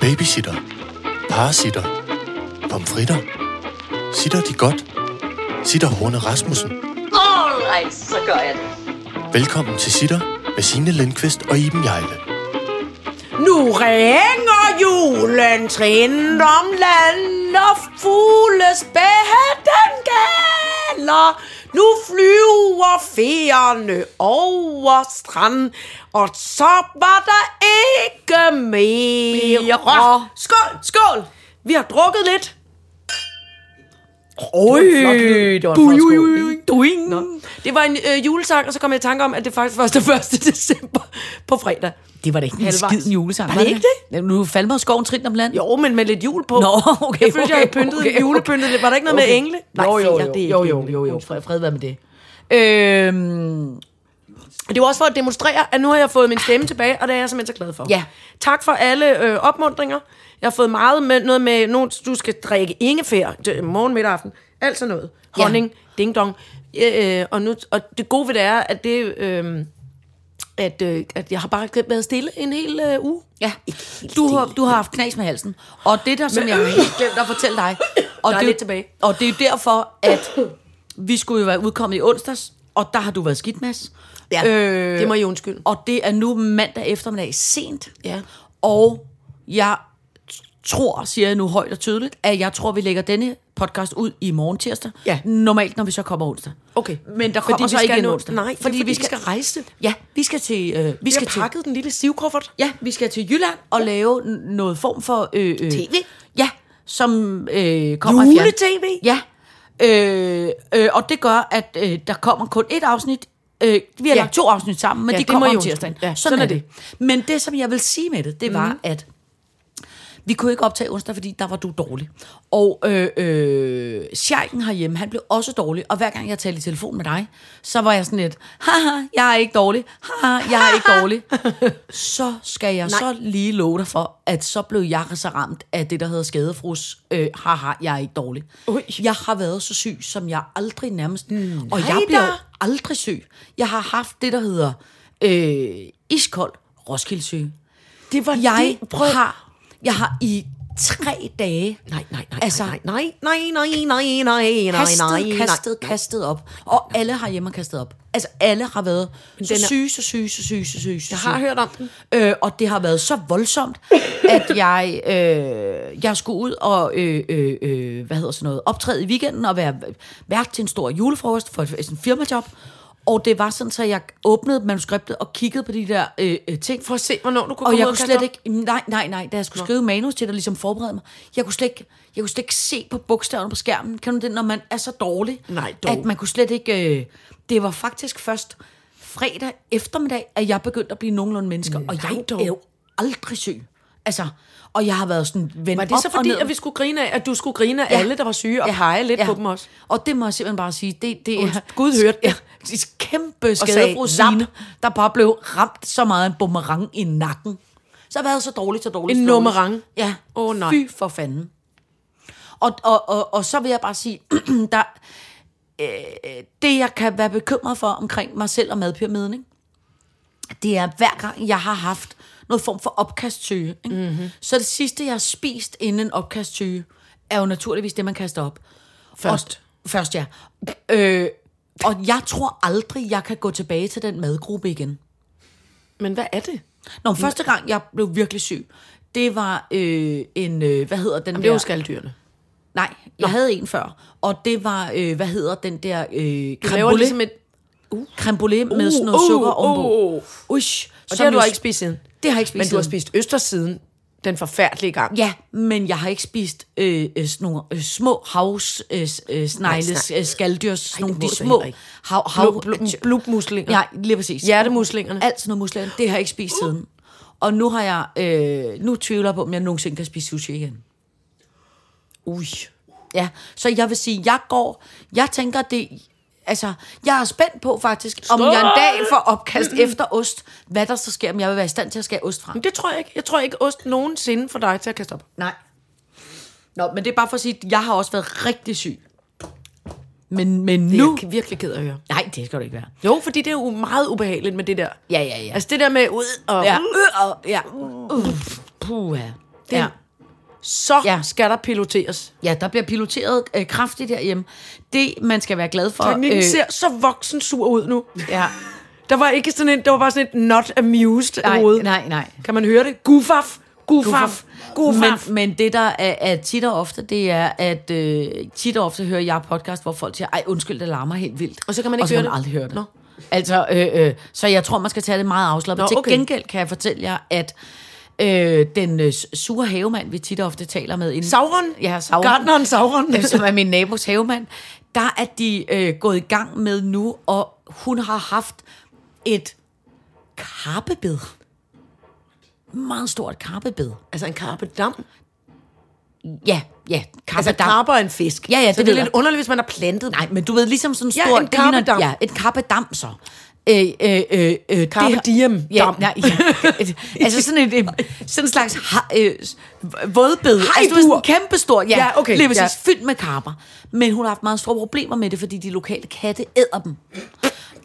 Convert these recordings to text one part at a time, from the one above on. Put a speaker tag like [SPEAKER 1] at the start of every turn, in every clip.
[SPEAKER 1] Babysitter. Parasitter. Pomfritter. Sitter de godt? Sitter Horne Rasmussen.
[SPEAKER 2] Alright, så gør jeg det.
[SPEAKER 1] Velkommen til Sitter med Signe Lindqvist og Iben Jejle.
[SPEAKER 3] Nu ringer julen trin om land og fuglespætten gælder. Nu flyver ferierne over strand, og så var der ikke mere. Skål! Skål! Vi har drukket lidt. Øj,
[SPEAKER 4] Øh, det var en flot skål.
[SPEAKER 3] Duing. Det var en øh, julesang, og så kom jeg i tanke om, at det faktisk var den 1. december på fredag.
[SPEAKER 4] Det var da ikke en
[SPEAKER 3] Halvvejs.
[SPEAKER 4] skid julesang.
[SPEAKER 3] Var det ikke
[SPEAKER 4] det? Nu faldt mig skoven trin om land.
[SPEAKER 3] Jo, men med lidt jul på.
[SPEAKER 4] Nå, okay,
[SPEAKER 3] Jeg følte, jeg havde
[SPEAKER 4] okay,
[SPEAKER 3] pyntet,
[SPEAKER 4] okay, okay.
[SPEAKER 3] julepyntet. lidt. Var der ikke noget med engle?
[SPEAKER 4] Nej, jo, jo,
[SPEAKER 3] fjer,
[SPEAKER 4] jo,
[SPEAKER 3] det er
[SPEAKER 4] jo,
[SPEAKER 3] ikke
[SPEAKER 4] jo,
[SPEAKER 3] engle.
[SPEAKER 4] jo, jo, fred, fred være med det. Øhm,
[SPEAKER 3] Det var også for at demonstrere, at nu har jeg fået min stemme tilbage, og det er jeg simpelthen så glad for.
[SPEAKER 4] Ja.
[SPEAKER 3] Tak for alle øh, opmundringer. Jeg har fået meget med noget med, nu, du skal drikke ingefær til morgen, middag, aften. Alt sådan noget.
[SPEAKER 4] Ja.
[SPEAKER 3] Honning, ding dong. Øh, øh, og, nu, og det gode ved det er, at det... Øh, at, øh, at jeg har bare været stille en hel øh, uge.
[SPEAKER 4] ja, du har, du har haft knas med halsen. Og det der, som jeg har helt glemt at fortælle dig. Og
[SPEAKER 3] Der er
[SPEAKER 4] det,
[SPEAKER 3] lidt tilbage.
[SPEAKER 4] Og det er jo derfor, at vi skulle jo være udkommet i onsdags, og der har du været skidt, Mads. Øh,
[SPEAKER 3] Ja, det må I undskylde.
[SPEAKER 4] Og det er nu mandag eftermiddag sent.
[SPEAKER 3] Ja.
[SPEAKER 4] Og jeg t- tror, siger jeg nu højt og tydeligt, at jeg tror, vi lægger denne podcast ud i morgen tirsdag.
[SPEAKER 3] Ja.
[SPEAKER 4] Normalt, når vi så kommer onsdag.
[SPEAKER 3] Okay.
[SPEAKER 4] Men der kommer
[SPEAKER 3] Fordi vi
[SPEAKER 4] så ikke
[SPEAKER 3] skal
[SPEAKER 4] en
[SPEAKER 3] nå-
[SPEAKER 4] onsdag.
[SPEAKER 3] nej, det er fordi, vi skal rejse.
[SPEAKER 4] Ja, vi skal til... Øh, vi,
[SPEAKER 3] Vi
[SPEAKER 4] skal
[SPEAKER 3] skal
[SPEAKER 4] til,
[SPEAKER 3] har pakket den lille sivkuffert.
[SPEAKER 4] Ja, vi skal til Jylland og lave n- noget form for... Øh, øh,
[SPEAKER 3] TV?
[SPEAKER 4] Ja, som øh, kommer i fjern-
[SPEAKER 3] Jule-TV?
[SPEAKER 4] Ja. Øh, øh, og det gør, at øh, der kommer kun et afsnit. Øh, vi har
[SPEAKER 3] Ja.
[SPEAKER 4] ja. lagt to afsnit sammen, men ja,
[SPEAKER 3] Ja,
[SPEAKER 4] de
[SPEAKER 3] det
[SPEAKER 4] kommer
[SPEAKER 3] må I
[SPEAKER 4] om
[SPEAKER 3] undskylde.
[SPEAKER 4] tirsdagen.
[SPEAKER 3] Ja, sådan er det. Mhm.
[SPEAKER 4] Men det, som jeg vil sige med det, det var, mm. at vi kunne ikke optage onsdag, fordi der var du dårlig. Og øh, øh, Sjejken herhjemme, han blev også dårlig. Og hver gang jeg talte i telefon med dig, så var jeg sådan lidt, haha, jeg er ikke dårlig, haha, jeg er ikke dårlig. så skal jeg Nej. så lige love dig for, at så blev jeg så ramt af det, der hedder skadefrus. Øh, haha, jeg er ikke dårlig.
[SPEAKER 3] Ui.
[SPEAKER 4] Jeg har været så syg, som jeg aldrig nærmest... Mm, og
[SPEAKER 3] da.
[SPEAKER 4] jeg bliver jo aldrig syg. Jeg har haft det, der hedder øh, iskold Roskildesyge.
[SPEAKER 3] Det var
[SPEAKER 4] Jeg
[SPEAKER 3] det.
[SPEAKER 4] prøv... har, jeg har i tre dage
[SPEAKER 3] Nej, nej, nej, altså,
[SPEAKER 4] Altså-
[SPEAKER 3] nej, nej, nej, nej, nej, nej, nej,
[SPEAKER 4] kastet,
[SPEAKER 3] nej, nej,
[SPEAKER 4] kastet, kastet op. Og alle har hjemme kastet op. Altså alle har været så
[SPEAKER 3] den er-
[SPEAKER 4] syge, så syge, så syge, så syge. så
[SPEAKER 3] Jeg har
[SPEAKER 4] syge.
[SPEAKER 3] hørt om den.
[SPEAKER 4] Øh, og det har været så voldsomt, at jeg, øh, jeg skulle ud og øh, øh, øh, hvad hedder sådan noget, optræde i weekenden og være vært til en stor julefrokost for et, sådan en firmajob. Og det var sådan, så jeg åbnede manuskriptet og kiggede på de der øh, øh, ting.
[SPEAKER 3] For at se, hvornår du kunne
[SPEAKER 4] og
[SPEAKER 3] komme
[SPEAKER 4] jeg
[SPEAKER 3] ud
[SPEAKER 4] kunne
[SPEAKER 3] og
[SPEAKER 4] slet
[SPEAKER 3] kaste
[SPEAKER 4] ikke, nej, nej, nej, da jeg skulle skrive manus til dig, ligesom forberede mig, jeg kunne slet ikke, jeg kunne slet ikke se på bogstaverne på skærmen. Kan du det, når man er så dårlig,
[SPEAKER 3] Nej, dog.
[SPEAKER 4] at man kunne slet ikke, øh, det var faktisk først fredag eftermiddag, at jeg begyndte at blive nogenlunde mennesker, og jeg
[SPEAKER 3] Øh, dog.
[SPEAKER 4] er jo aldrig syg. Altså, og jeg har været sådan vendt
[SPEAKER 3] Var det så
[SPEAKER 4] op og
[SPEAKER 3] fordi,
[SPEAKER 4] ned.
[SPEAKER 3] at vi skulle grine af, at du skulle grine af ja. alle, der var syge, og ja. pege lidt ja. på dem også?
[SPEAKER 4] Og det må jeg simpelthen bare sige, det, det er...
[SPEAKER 3] Gud hørte det.
[SPEAKER 4] Ja, det er kæmpe
[SPEAKER 3] sagde,
[SPEAKER 4] skadefru Signe, der bare blev ramt så meget af en boomerang i nakken. Så har jeg været så dårligt, så dårligt.
[SPEAKER 3] En
[SPEAKER 4] så dårligt.
[SPEAKER 3] nummerang?
[SPEAKER 4] Ja.
[SPEAKER 3] Åh, nej.
[SPEAKER 4] Fy for fanden. Og, og, og, og så vil jeg bare sige, der, øh, det jeg kan være bekymret for omkring mig selv og madpyramiden, ikke? det er hver gang, jeg har haft noget form for opkastsyge. Ikke? Mm-hmm.
[SPEAKER 3] Mhm.
[SPEAKER 4] Så det sidste, jeg har spist inden en opkastsyge, er jo naturligvis det, man kaster op.
[SPEAKER 3] Først.
[SPEAKER 4] Og, først, ja. Øh, og jeg tror aldrig, jeg kan gå tilbage til den madgruppe igen.
[SPEAKER 3] Men hvad er det?
[SPEAKER 4] Nå, første gang, jeg blev virkelig syg, det var øh, en, øh, hvad hedder den
[SPEAKER 3] Jamen, det
[SPEAKER 4] der?
[SPEAKER 3] er jo skaldyrene.
[SPEAKER 4] Nej, jeg havde en før, og det var, øh, hvad hedder den der øh,
[SPEAKER 3] Du laver
[SPEAKER 4] creme
[SPEAKER 3] ligesom
[SPEAKER 4] ligesom
[SPEAKER 3] et...
[SPEAKER 4] creme brûlée med sådan noget
[SPEAKER 3] uh,
[SPEAKER 4] sukker ovenpå.
[SPEAKER 3] uh, uh.
[SPEAKER 4] Ush,
[SPEAKER 3] Og det har du ikke spist siden.
[SPEAKER 4] Det har jeg ikke spist
[SPEAKER 3] Men du har
[SPEAKER 4] siden.
[SPEAKER 3] spist Østersiden, den forfærdelige gang.
[SPEAKER 4] Ja, men jeg har ikke spist øh, øh, sådan nogle øh, små havs, øh, øh, snegles,
[SPEAKER 3] snak-
[SPEAKER 4] øh, skaldyr, sådan
[SPEAKER 3] Ej,
[SPEAKER 4] nogle
[SPEAKER 3] det må
[SPEAKER 4] de
[SPEAKER 3] du
[SPEAKER 4] små
[SPEAKER 3] heller ikke.
[SPEAKER 4] hav,
[SPEAKER 3] Blub-
[SPEAKER 4] hav, øh,
[SPEAKER 3] blub- Blubmuslinger.
[SPEAKER 4] Ja, lige præcis.
[SPEAKER 3] Hjertemuslingerne.
[SPEAKER 4] Mm. Alt sådan noget muslinger. Det har jeg ikke spist siden. Og nu har jeg, øh, nu tvivler jeg på, om jeg nogensinde kan spise sushi igen.
[SPEAKER 3] Ui.
[SPEAKER 4] Ja, så jeg vil sige, jeg går, jeg tænker det, altså, jeg er spændt på faktisk, om jeg en dag får opkast efter ost, hvad der så sker, om jeg vil være i stand til at skære ost fra.
[SPEAKER 3] Men det tror jeg ikke. Jeg tror ikke, ost nogensinde får dig til at kaste op.
[SPEAKER 4] Nej. Nå, men det er bare for at sige, at jeg har også været rigtig syg. Men, men
[SPEAKER 3] Det
[SPEAKER 4] nu...
[SPEAKER 3] er jeg virkelig ked af at høre.
[SPEAKER 4] Nej, det skal du ikke være.
[SPEAKER 3] Jo, fordi det er jo meget ubehageligt med det der.
[SPEAKER 4] Ja, ja, ja.
[SPEAKER 3] Altså det der med ud og...
[SPEAKER 4] Ja.
[SPEAKER 3] Øh, og ja.
[SPEAKER 4] Puh, øh, ja.
[SPEAKER 3] Det,
[SPEAKER 4] Ja.
[SPEAKER 3] Så ja.
[SPEAKER 4] Ja.
[SPEAKER 3] skal der piloteres.
[SPEAKER 4] Ja, der bliver piloteret øh, kraftigt derhjemme. Det, man skal være glad for...
[SPEAKER 3] Teknikken øh. ser så voksen sur ud nu.
[SPEAKER 4] Ja.
[SPEAKER 3] Der var ikke sådan en, der var bare sådan et not amused
[SPEAKER 4] Nej,
[SPEAKER 3] hoved.
[SPEAKER 4] nej, nej.
[SPEAKER 3] Kan man høre det? Gufaf, gufaf, gufaf.
[SPEAKER 4] Men, men det, der er, er tit og ofte, det er, at øh, tit og ofte hører jeg podcast, hvor folk siger, ej undskyld, det larmer helt vildt.
[SPEAKER 3] Og så kan man ikke
[SPEAKER 4] og så
[SPEAKER 3] høre
[SPEAKER 4] kan man
[SPEAKER 3] det?
[SPEAKER 4] aldrig høre det.
[SPEAKER 3] Nå.
[SPEAKER 4] Altså, øh, øh, så jeg tror, man skal tage det meget afslappet.
[SPEAKER 3] Nå,
[SPEAKER 4] Nå,
[SPEAKER 3] okay.
[SPEAKER 4] Til gengæld kan jeg fortælle jer, at øh, den øh, sure havemand, vi tit og ofte taler med... Inden,
[SPEAKER 3] Sauron?
[SPEAKER 4] Ja, Sauron.
[SPEAKER 3] Gardneren Sauron.
[SPEAKER 4] øh, som er min nabos havemand, der er de øh, gået i gang med nu, og hun har haft et karpebed. Meget stort karpebed.
[SPEAKER 3] altså en karpedam.
[SPEAKER 4] Ja, ja, karpedam.
[SPEAKER 3] Altså karper er en fisk.
[SPEAKER 4] Ja, ja,
[SPEAKER 3] så
[SPEAKER 4] det
[SPEAKER 3] det er
[SPEAKER 4] ved
[SPEAKER 3] lidt underligt, hvis man har plantet
[SPEAKER 4] Nej, men du ved, ligesom sådan en
[SPEAKER 3] Ja,
[SPEAKER 4] stor...
[SPEAKER 3] en
[SPEAKER 4] det ligner-
[SPEAKER 3] karpedam.
[SPEAKER 4] Ja, et karpedam så. Øh, øh, øh, øh, det
[SPEAKER 3] Carpe
[SPEAKER 4] har-
[SPEAKER 3] diem
[SPEAKER 4] Ja,
[SPEAKER 3] dam.
[SPEAKER 4] nej, ja. Et- altså sådan et, øh, sådan en slags ha, øh, s- vådbed. Altså, du ved,
[SPEAKER 3] Hajbur.
[SPEAKER 4] sådan en kæmpe stor, ja,
[SPEAKER 3] Ja, okay,
[SPEAKER 4] lige præcis,
[SPEAKER 3] ja.
[SPEAKER 4] fyldt med karper. Men hun har haft meget store problemer med det, fordi de lokale katte æder dem.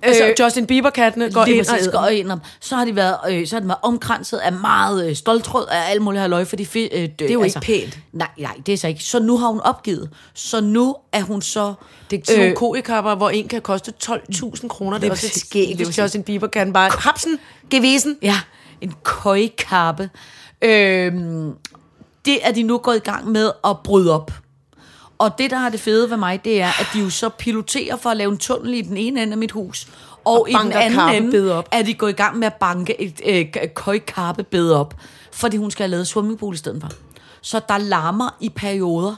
[SPEAKER 3] Altså, Justin Bieber-kattene går
[SPEAKER 4] lige
[SPEAKER 3] ind og
[SPEAKER 4] præcis,
[SPEAKER 3] æder.
[SPEAKER 4] går ind om. Så har de været, øh, så har de været omkranset af meget øh, stoltråd af alt muligt halløj, fordi fi, øh, det er
[SPEAKER 3] jo ikke pænt.
[SPEAKER 4] Nej, nej, det er så ikke. Så nu har hun opgivet. Så nu er hun så... øh,
[SPEAKER 3] Det er sådan nogle koikapper, hvor en kan koste 12.000 kroner. Det var så
[SPEAKER 4] præcis.
[SPEAKER 3] skægt,
[SPEAKER 4] Lige
[SPEAKER 3] hvis
[SPEAKER 4] præcis.
[SPEAKER 3] Justin Bieber kan bare... Hapsen, gevesen.
[SPEAKER 4] Ja, en køjkappe. Øhm, det er de nu gået i gang med at bryde op. Og det, der har det fede ved mig, det er, at de jo så piloterer for at lave en tunnel i den ene ende af mit hus. Og, og i den
[SPEAKER 3] banker
[SPEAKER 4] anden
[SPEAKER 3] karpebed
[SPEAKER 4] ende
[SPEAKER 3] op.
[SPEAKER 4] er de gået i gang med at banke et øh, køjkappebed op, fordi hun skal have lavet swimmingpool i stedet for. Så der larmer i perioder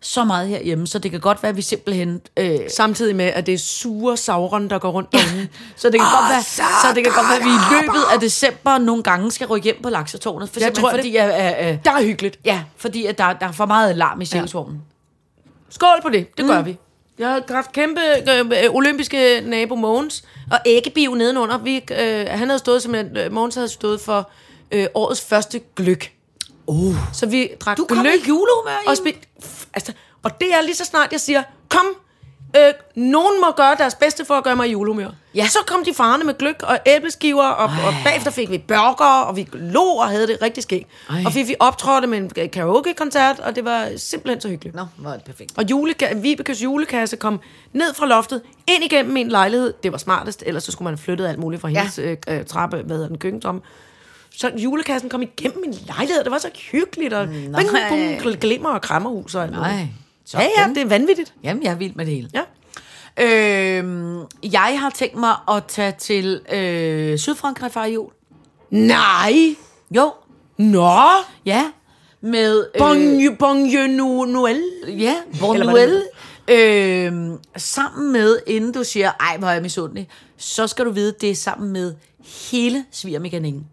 [SPEAKER 4] så meget herhjemme, så det kan godt være, at vi simpelthen... Øh,
[SPEAKER 3] Samtidig med, at det er sure Sauron, der går rundt derude.
[SPEAKER 4] så det kan,
[SPEAKER 3] Åh,
[SPEAKER 4] godt være,
[SPEAKER 3] så
[SPEAKER 4] så, det kan godt være, at vi i løbet af december nogle gange skal rykke hjem på laksetårnet. For
[SPEAKER 3] Jeg
[SPEAKER 4] jeg
[SPEAKER 3] tror
[SPEAKER 4] tror,
[SPEAKER 3] det.
[SPEAKER 4] fordi, jeg, øh, øh,
[SPEAKER 3] Der er hyggeligt.
[SPEAKER 4] ja, fordi at der, der er for meget larm i cirkusvognen.
[SPEAKER 3] Skål på det, det mm. gør vi. Jeg har haft kæmpe øh, øh, olympiske nabo Mogens, og æggebiv nedenunder. Vi, øh, han havde stået, som øh, Mogens havde stået for øh, årets første gløk. Oh. Så vi drak
[SPEAKER 4] Uh. Du kommer
[SPEAKER 3] gløk.
[SPEAKER 4] i julehumør,
[SPEAKER 3] og,
[SPEAKER 4] Iben.
[SPEAKER 3] spi- f- altså, og det er lige så snart, jeg siger, kom, øh, nogen må gøre deres bedste for at gøre mig i julehumør.
[SPEAKER 4] Ja.
[SPEAKER 3] Så kom de farne med gløk og æbleskiver, og, og bagefter fik vi burger, og vi lå og havde det rigtig skægt.
[SPEAKER 4] Ej.
[SPEAKER 3] Og vi, vi optrådte med en karaoke-koncert, og det var simpelthen så hyggeligt.
[SPEAKER 4] Nå, hvor er det perfekt.
[SPEAKER 3] Og juleka- Vibekes julekasse kom ned fra loftet, ind igennem min lejlighed. Det var smartest, ellers så skulle man have flyttet alt muligt fra ja. hendes øh, øh, trappe, hvad hedder den, køkkentom. Så julekassen kom igennem min lejlighed, det var så hyggeligt, og bing, bong, gl- glimmer og krammerhus og alt
[SPEAKER 4] Nej.
[SPEAKER 3] muligt. Ja, ja, det er vanvittigt.
[SPEAKER 4] Jamen, jeg er vild med det hele.
[SPEAKER 3] Ja.
[SPEAKER 4] Øhm, jeg har tænkt mig at tage til øh, Sydfrankrig for jul.
[SPEAKER 3] Nej!
[SPEAKER 4] Jo,
[SPEAKER 3] Nå!
[SPEAKER 4] ja. Med... øh,
[SPEAKER 3] Bonje, bonje, nu, noel.
[SPEAKER 4] Ja, hvor
[SPEAKER 3] Eller
[SPEAKER 4] nu
[SPEAKER 3] hvordan
[SPEAKER 4] el, øh, sammen med, inden du siger, ej, hvor er jeg misundelig, så skal du vide, det er sammen med hele svigermekaningen.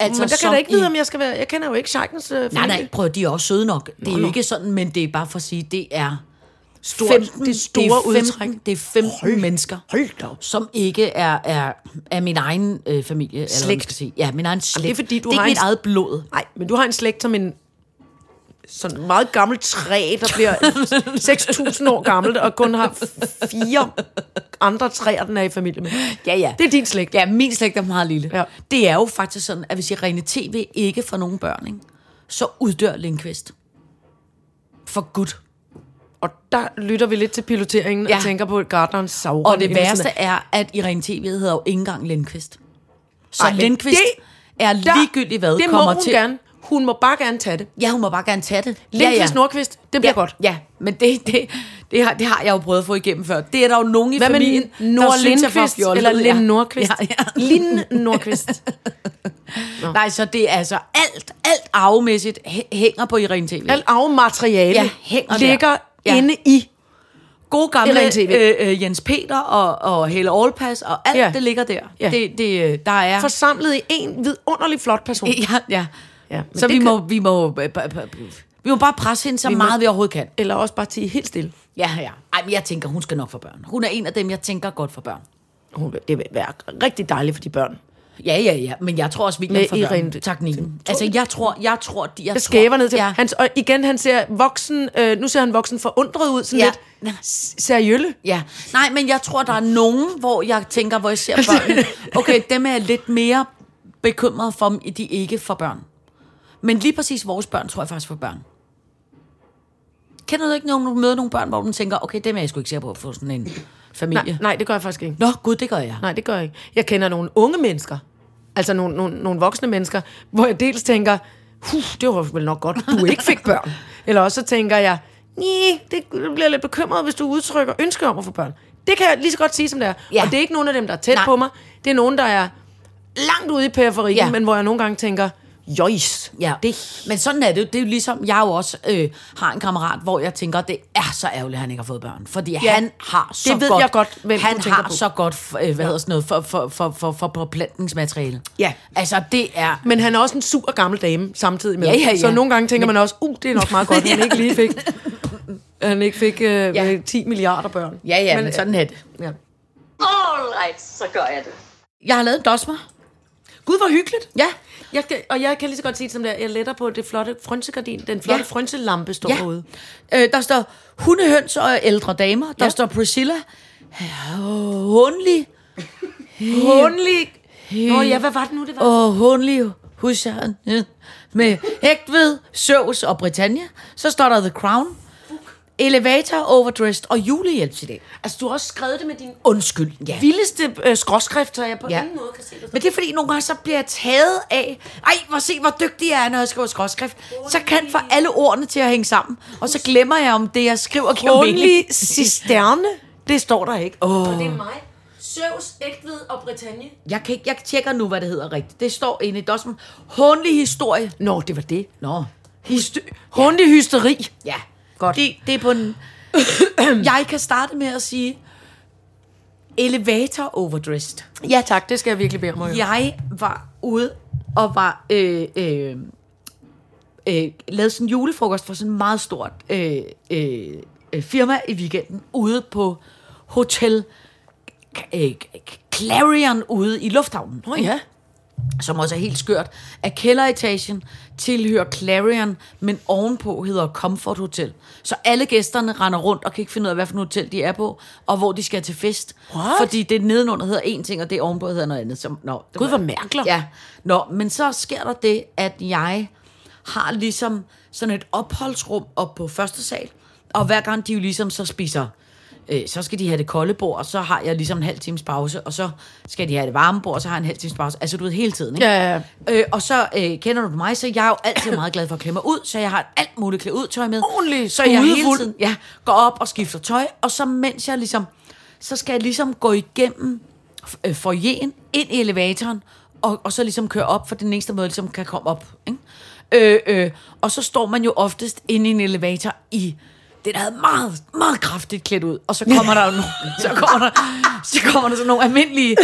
[SPEAKER 3] Altså, Men der kan jeg da ikke vide, om jeg skal være... Jeg kender jo ikke Scheikens øh,
[SPEAKER 4] Nej,
[SPEAKER 3] familie.
[SPEAKER 4] nej, prøv, de er også søde nok. Det er
[SPEAKER 3] nå.
[SPEAKER 4] jo ikke sådan, men det er bare for at sige, det er
[SPEAKER 3] Stort,
[SPEAKER 4] 15,
[SPEAKER 3] det store udtræk.
[SPEAKER 4] Det er 15 Hold. mennesker,
[SPEAKER 3] Hold da op.
[SPEAKER 4] som ikke er, er, er min egen øh, familie. Eller hvad man
[SPEAKER 3] Slægt.
[SPEAKER 4] skal sige. Ja, min egen slægt.
[SPEAKER 3] det er fordi, du
[SPEAKER 4] det er
[SPEAKER 3] har
[SPEAKER 4] ikke mit
[SPEAKER 3] en-
[SPEAKER 4] eget blod.
[SPEAKER 3] Nej, men du har en slægt som en sådan meget gammel træ, der bliver 6.000 år gammelt, og kun har f- fire andre træer, den er i familie med.
[SPEAKER 4] Ja, ja.
[SPEAKER 3] Det er din slægt.
[SPEAKER 4] Ja, min slægt er meget lille.
[SPEAKER 3] Ja.
[SPEAKER 4] Ja. Det er jo faktisk sådan, at hvis Irene TV ikke får nogen børn, ikke? så uddør Lindqvist. For gud.
[SPEAKER 3] Og der lytter vi lidt til piloteringen ja.
[SPEAKER 4] Ja.
[SPEAKER 3] og tænker på gardneren Sauron.
[SPEAKER 4] Og det
[SPEAKER 3] inden
[SPEAKER 4] værste
[SPEAKER 3] sådan
[SPEAKER 4] er, at Irene TV hedder jo ikke engang Lindqvist. Så
[SPEAKER 3] Ej,
[SPEAKER 4] Ej,
[SPEAKER 3] men
[SPEAKER 4] Lindqvist
[SPEAKER 3] det-
[SPEAKER 4] det, er
[SPEAKER 3] der-
[SPEAKER 4] ligegyldigt hvad
[SPEAKER 3] Det må
[SPEAKER 4] kommer
[SPEAKER 3] hun
[SPEAKER 4] til.
[SPEAKER 3] gerne. Hun må bare gerne tage det.
[SPEAKER 4] Ja, hun må bare gerne tage det.
[SPEAKER 3] Lindqvist,
[SPEAKER 4] ja,
[SPEAKER 3] ja,
[SPEAKER 4] ja.
[SPEAKER 3] Nordqvist, det bliver
[SPEAKER 4] ja,
[SPEAKER 3] godt.
[SPEAKER 4] Ja, men det, det, det, har, det har jeg jo prøvet at få igennem før. Det er der jo nogen i
[SPEAKER 3] Hvad med
[SPEAKER 4] familien,
[SPEAKER 3] Nord
[SPEAKER 4] der synes, jeg var
[SPEAKER 3] Lindqvist,
[SPEAKER 4] fjollet.
[SPEAKER 3] eller Linn
[SPEAKER 4] Ja.
[SPEAKER 3] Nordqvist?
[SPEAKER 4] Ja, ja.
[SPEAKER 3] Linn Nordqvist.
[SPEAKER 4] Nej, så det er altså alt, alt arvemæssigt hæ- hænger på Irene TV.
[SPEAKER 3] Alt arvemateriale
[SPEAKER 4] Ja, hænger der.
[SPEAKER 3] ligger
[SPEAKER 4] Ja.
[SPEAKER 3] inde i
[SPEAKER 4] gode gamle
[SPEAKER 3] Eller en TV.
[SPEAKER 4] øh, øh, Jens Peter og, og Helle Allpass og alt
[SPEAKER 3] Ja.
[SPEAKER 4] ja. det ligger der.
[SPEAKER 3] Ja.
[SPEAKER 4] Ja. Det, det, øh, der er...
[SPEAKER 3] forsamlet i en vidunderlig flot person.
[SPEAKER 4] ja, ja.
[SPEAKER 3] Ja,
[SPEAKER 4] ja
[SPEAKER 3] men
[SPEAKER 4] så
[SPEAKER 3] det
[SPEAKER 4] vi
[SPEAKER 3] kan-
[SPEAKER 4] må, vi, må, øh, b- b- b- vi må bare presse hende så vi meget, vi overhovedet kan.
[SPEAKER 3] Eller også bare tige helt stille.
[SPEAKER 4] Ja, ja. Ej, men jeg tænker, hun skal nok få børn. Hun er en af dem, jeg tænker godt for børn.
[SPEAKER 3] Hun, vil- det vil være rigtig dejligt for de børn.
[SPEAKER 4] Ja, ja, ja. Men jeg tror også, vi
[SPEAKER 3] Med
[SPEAKER 4] kan få
[SPEAKER 3] Irene-
[SPEAKER 4] børn. Teknikken. Altså, jeg tror, jeg tror... de- Jeg
[SPEAKER 3] Jeg skæver
[SPEAKER 4] tror,
[SPEAKER 3] ned til ja.
[SPEAKER 4] ja.
[SPEAKER 3] hans, og igen, han ser voksen, øh, nu ser han voksen forundret ud, sådan
[SPEAKER 4] Ja.
[SPEAKER 3] ja. lidt s- seriølle.
[SPEAKER 4] Ja, nej, men jeg tror, der er nogen, hvor jeg tænker, hvor jeg ser børnene. Okay, dem er jeg lidt mere bekymret for, om de ikke får børn. Men lige præcis vores børn, tror jeg faktisk får børn. Kender du ikke nogen, du møder nogle børn, hvor du tænker, okay, dem er jeg sgu ikke sikker på at få sådan en familie?
[SPEAKER 3] Nej, nej, det gør jeg faktisk ikke.
[SPEAKER 4] Nå, gud, det gør jeg.
[SPEAKER 3] Nej, det gør jeg ikke. Jeg kender nogle unge mennesker, altså nogle, nogle, nogle voksne mennesker, hvor jeg dels tænker, huh, det var vel nok godt, du ikke fik børn. Eller også så tænker jeg, nej, det bliver jeg lidt bekymret, hvis du udtrykker ønske om at få børn. Det kan jeg lige så godt sige, som det er.
[SPEAKER 4] Ja.
[SPEAKER 3] Ja. Og det er ikke nogen af dem, der er tæt
[SPEAKER 4] Nej.
[SPEAKER 3] Nej. på mig. Det er nogen, der er langt ude i periferien,
[SPEAKER 4] Ja.
[SPEAKER 3] ja. men hvor jeg nogle gange tænker, jøjs,
[SPEAKER 4] Ja.
[SPEAKER 3] det
[SPEAKER 4] Det, men sådan er det jo. Det er jo ligesom, jeg jo også øh, har en kammerat, hvor jeg tænker, det er så ærgerligt, at han ikke har fået børn. Fordi ja. han har så
[SPEAKER 3] ved
[SPEAKER 4] godt,
[SPEAKER 3] jeg godt, hvem du
[SPEAKER 4] han
[SPEAKER 3] tænker
[SPEAKER 4] har
[SPEAKER 3] på.
[SPEAKER 4] så godt, f- øh, hvad hedder sådan noget, for, for, for, for, for forplantningsmateriale.
[SPEAKER 3] Ja.
[SPEAKER 4] Altså, det er...
[SPEAKER 3] Men han er også en super gammel dame samtidig med.
[SPEAKER 4] Ja, ja, ja.
[SPEAKER 3] Så nogle gange tænker man også, uh, det er nok meget godt, at han ikke lige fik, han ikke fik øh,
[SPEAKER 4] Ja.
[SPEAKER 3] ja. 10 milliarder børn. øh,
[SPEAKER 4] Ja, ja, men, øh, men sådan er det.
[SPEAKER 3] Ja.
[SPEAKER 2] All right, så gør jeg det.
[SPEAKER 4] Jeg har lavet en dosmer.
[SPEAKER 3] Gud, hvor hyggeligt.
[SPEAKER 4] Ja.
[SPEAKER 3] Jeg kan, og jeg kan lige så godt sige det som der, jeg letter på det flotte frønsegardin, den flotte
[SPEAKER 4] Ja.
[SPEAKER 3] ja. frønselampe står
[SPEAKER 4] Ja.
[SPEAKER 3] ja. derude.
[SPEAKER 4] Øh, der står hundehøns og ældre damer. Der ja.
[SPEAKER 3] Ja.
[SPEAKER 4] står Priscilla. Hundlig.
[SPEAKER 3] Hundelig. Nå ja, hvad var det nu, det var?
[SPEAKER 4] og hundelig husjern med hægtved, søvs og Britannia. Så står der The Crown, Elevator, Overdressed og julehjælp i dag.
[SPEAKER 3] Altså, du har også skrevet det med din
[SPEAKER 4] Undskyld, ja.
[SPEAKER 3] vildeste øh, skråskrift, så jeg på
[SPEAKER 4] Ja.
[SPEAKER 3] ja. ingen måde kan se det.
[SPEAKER 4] Men det er fordi, nogle gange så bliver jeg taget af, ej, hvor se, hvor dygtig jeg er, når jeg skriver skråskrift. Så kan for alle ordene til at hænge sammen, og så glemmer jeg, om det, jeg skriver, giver mening.
[SPEAKER 3] Hundelig cisterne, det står der ikke. Oh. Og det er mig. Søvs, Ægtved og Britannia.
[SPEAKER 4] Jeg, kan ikke, jeg tjekker nu, hvad det hedder rigtigt. Det står inde i Dosman. Hundelig historie.
[SPEAKER 3] Nå, det var det.
[SPEAKER 4] Nå,
[SPEAKER 3] Hyster- Hundelig hysteri.
[SPEAKER 4] Ja,
[SPEAKER 3] Godt.
[SPEAKER 4] Det, det er på en... jeg kan starte med at sige... Elevator overdressed.
[SPEAKER 3] Ja tak, det skal jeg virkelig bede om at høre.
[SPEAKER 4] Jeg var ude og var... Øh, øh, øh, lavede sådan en julefrokost for sådan et meget stort øh, øh, øh, firma i weekenden ude på Hotel øh, Clarion ude i lufthavnen
[SPEAKER 3] Nå ja.
[SPEAKER 4] som også er helt skørt, at kælderetagen tilhører Clarion, men ovenpå hedder Comfort Hotel. Så alle gæsterne render rundt og kan ikke finde ud af, hvad for et hotel de er på, og hvor de skal til fest.
[SPEAKER 3] What?
[SPEAKER 4] Fordi det nedenunder hedder en ting, og det ovenpå hedder noget andet. Som, nå, det
[SPEAKER 3] Gud,
[SPEAKER 4] var-
[SPEAKER 3] hvor mærkeligt.
[SPEAKER 4] Ja. Nå, men så sker der det, at jeg har ligesom sådan et opholdsrum op på første sal, og hver gang de jo ligesom så spiser, øh, så skal de have det kolde bord, og så har jeg ligesom en halv times pause, og så skal de have det varme bord, og så har jeg en halv times pause. Altså, du ved, hele tiden, ikke?
[SPEAKER 3] Ja, ja, ja.
[SPEAKER 4] Øh, og så øh, kender du mig, så jeg er jo altid meget glad for at klæde mig ud, så jeg har alt muligt klæde ud tøj med.
[SPEAKER 3] Ordentlig
[SPEAKER 4] Så jeg hele
[SPEAKER 3] skudefuld.
[SPEAKER 4] tiden ja, går op og skifter tøj, og så mens jeg ligesom, så skal jeg ligesom gå igennem øh, foyeren, ind i elevatoren, og, og så ligesom køre op, for den eneste måde, jeg ligesom kan komme op. Ikke? Øh, øh, og så står man jo oftest inde i en elevator i det der havde meget, meget kraftigt klædt ud. Og så kommer der jo nogle, så kommer der, så kommer der sådan nogle almindelige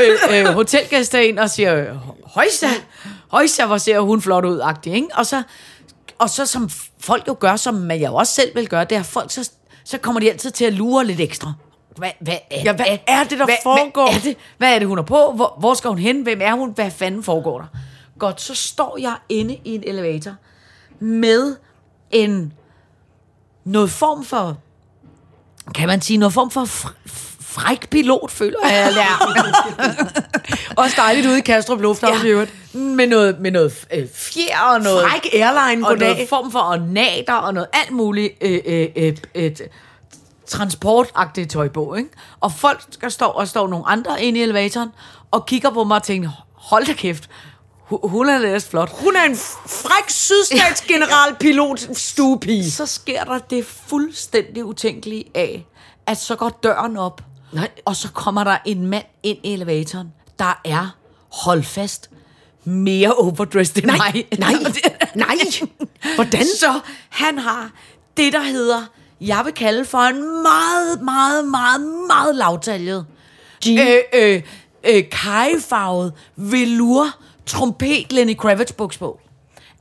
[SPEAKER 4] øh, øh, hotelgæster ind og siger, øh, højsa, højsa, hvor ser hun flot ud, agtig, ikke? Og så og så som folk jo gør, som jeg jo også selv vil gøre, det er, at folk så, så kommer de altid til at lure lidt ekstra. Hvad, hvad, er,
[SPEAKER 3] Ja, hvad er det, der
[SPEAKER 4] hvad,
[SPEAKER 3] foregår?
[SPEAKER 4] Hvad er, det, hvad er det, hun er på? Hvor, hvor skal hun hen? Hvem er hun? Hvad fanden foregår der? Godt, så står jeg inde i en elevator med en noget form for, kan man sige, noget form for fr- fr- fræk pilot, føler jeg, jeg er.
[SPEAKER 3] Også dejligt ude i Kastrup Lufthavn, ja. i øvrigt.
[SPEAKER 4] med noget, med noget øh, fjer og noget...
[SPEAKER 3] Fræk airline,
[SPEAKER 4] og noget
[SPEAKER 3] goddag.
[SPEAKER 4] form for ornater og noget alt muligt øh, øh, øh, øh, transportagtigt tøj på, ikke? Og folk skal stå, og står nogle andre inde i elevatoren og kigger på mig og tænker, hold da kæft, hu- hun er ellers flot.
[SPEAKER 3] Hun er en fræk sydstatsgeneralpilot stuepige.
[SPEAKER 4] Så sker der det fuldstændig utænkelige af, at så går døren op,
[SPEAKER 3] Nej.
[SPEAKER 4] og så kommer der en mand ind i elevatoren, der er, hold fast, mere overdressed end
[SPEAKER 3] Nej,
[SPEAKER 4] mig.
[SPEAKER 3] nej, nej. Hvordan?
[SPEAKER 4] Så han har det, der hedder, jeg vil kalde for en meget, meget, meget, meget lavtaljet,
[SPEAKER 3] Jean.
[SPEAKER 4] øh, øh, øh, kajefarvet velour trompet Lenny Kravitz buks på.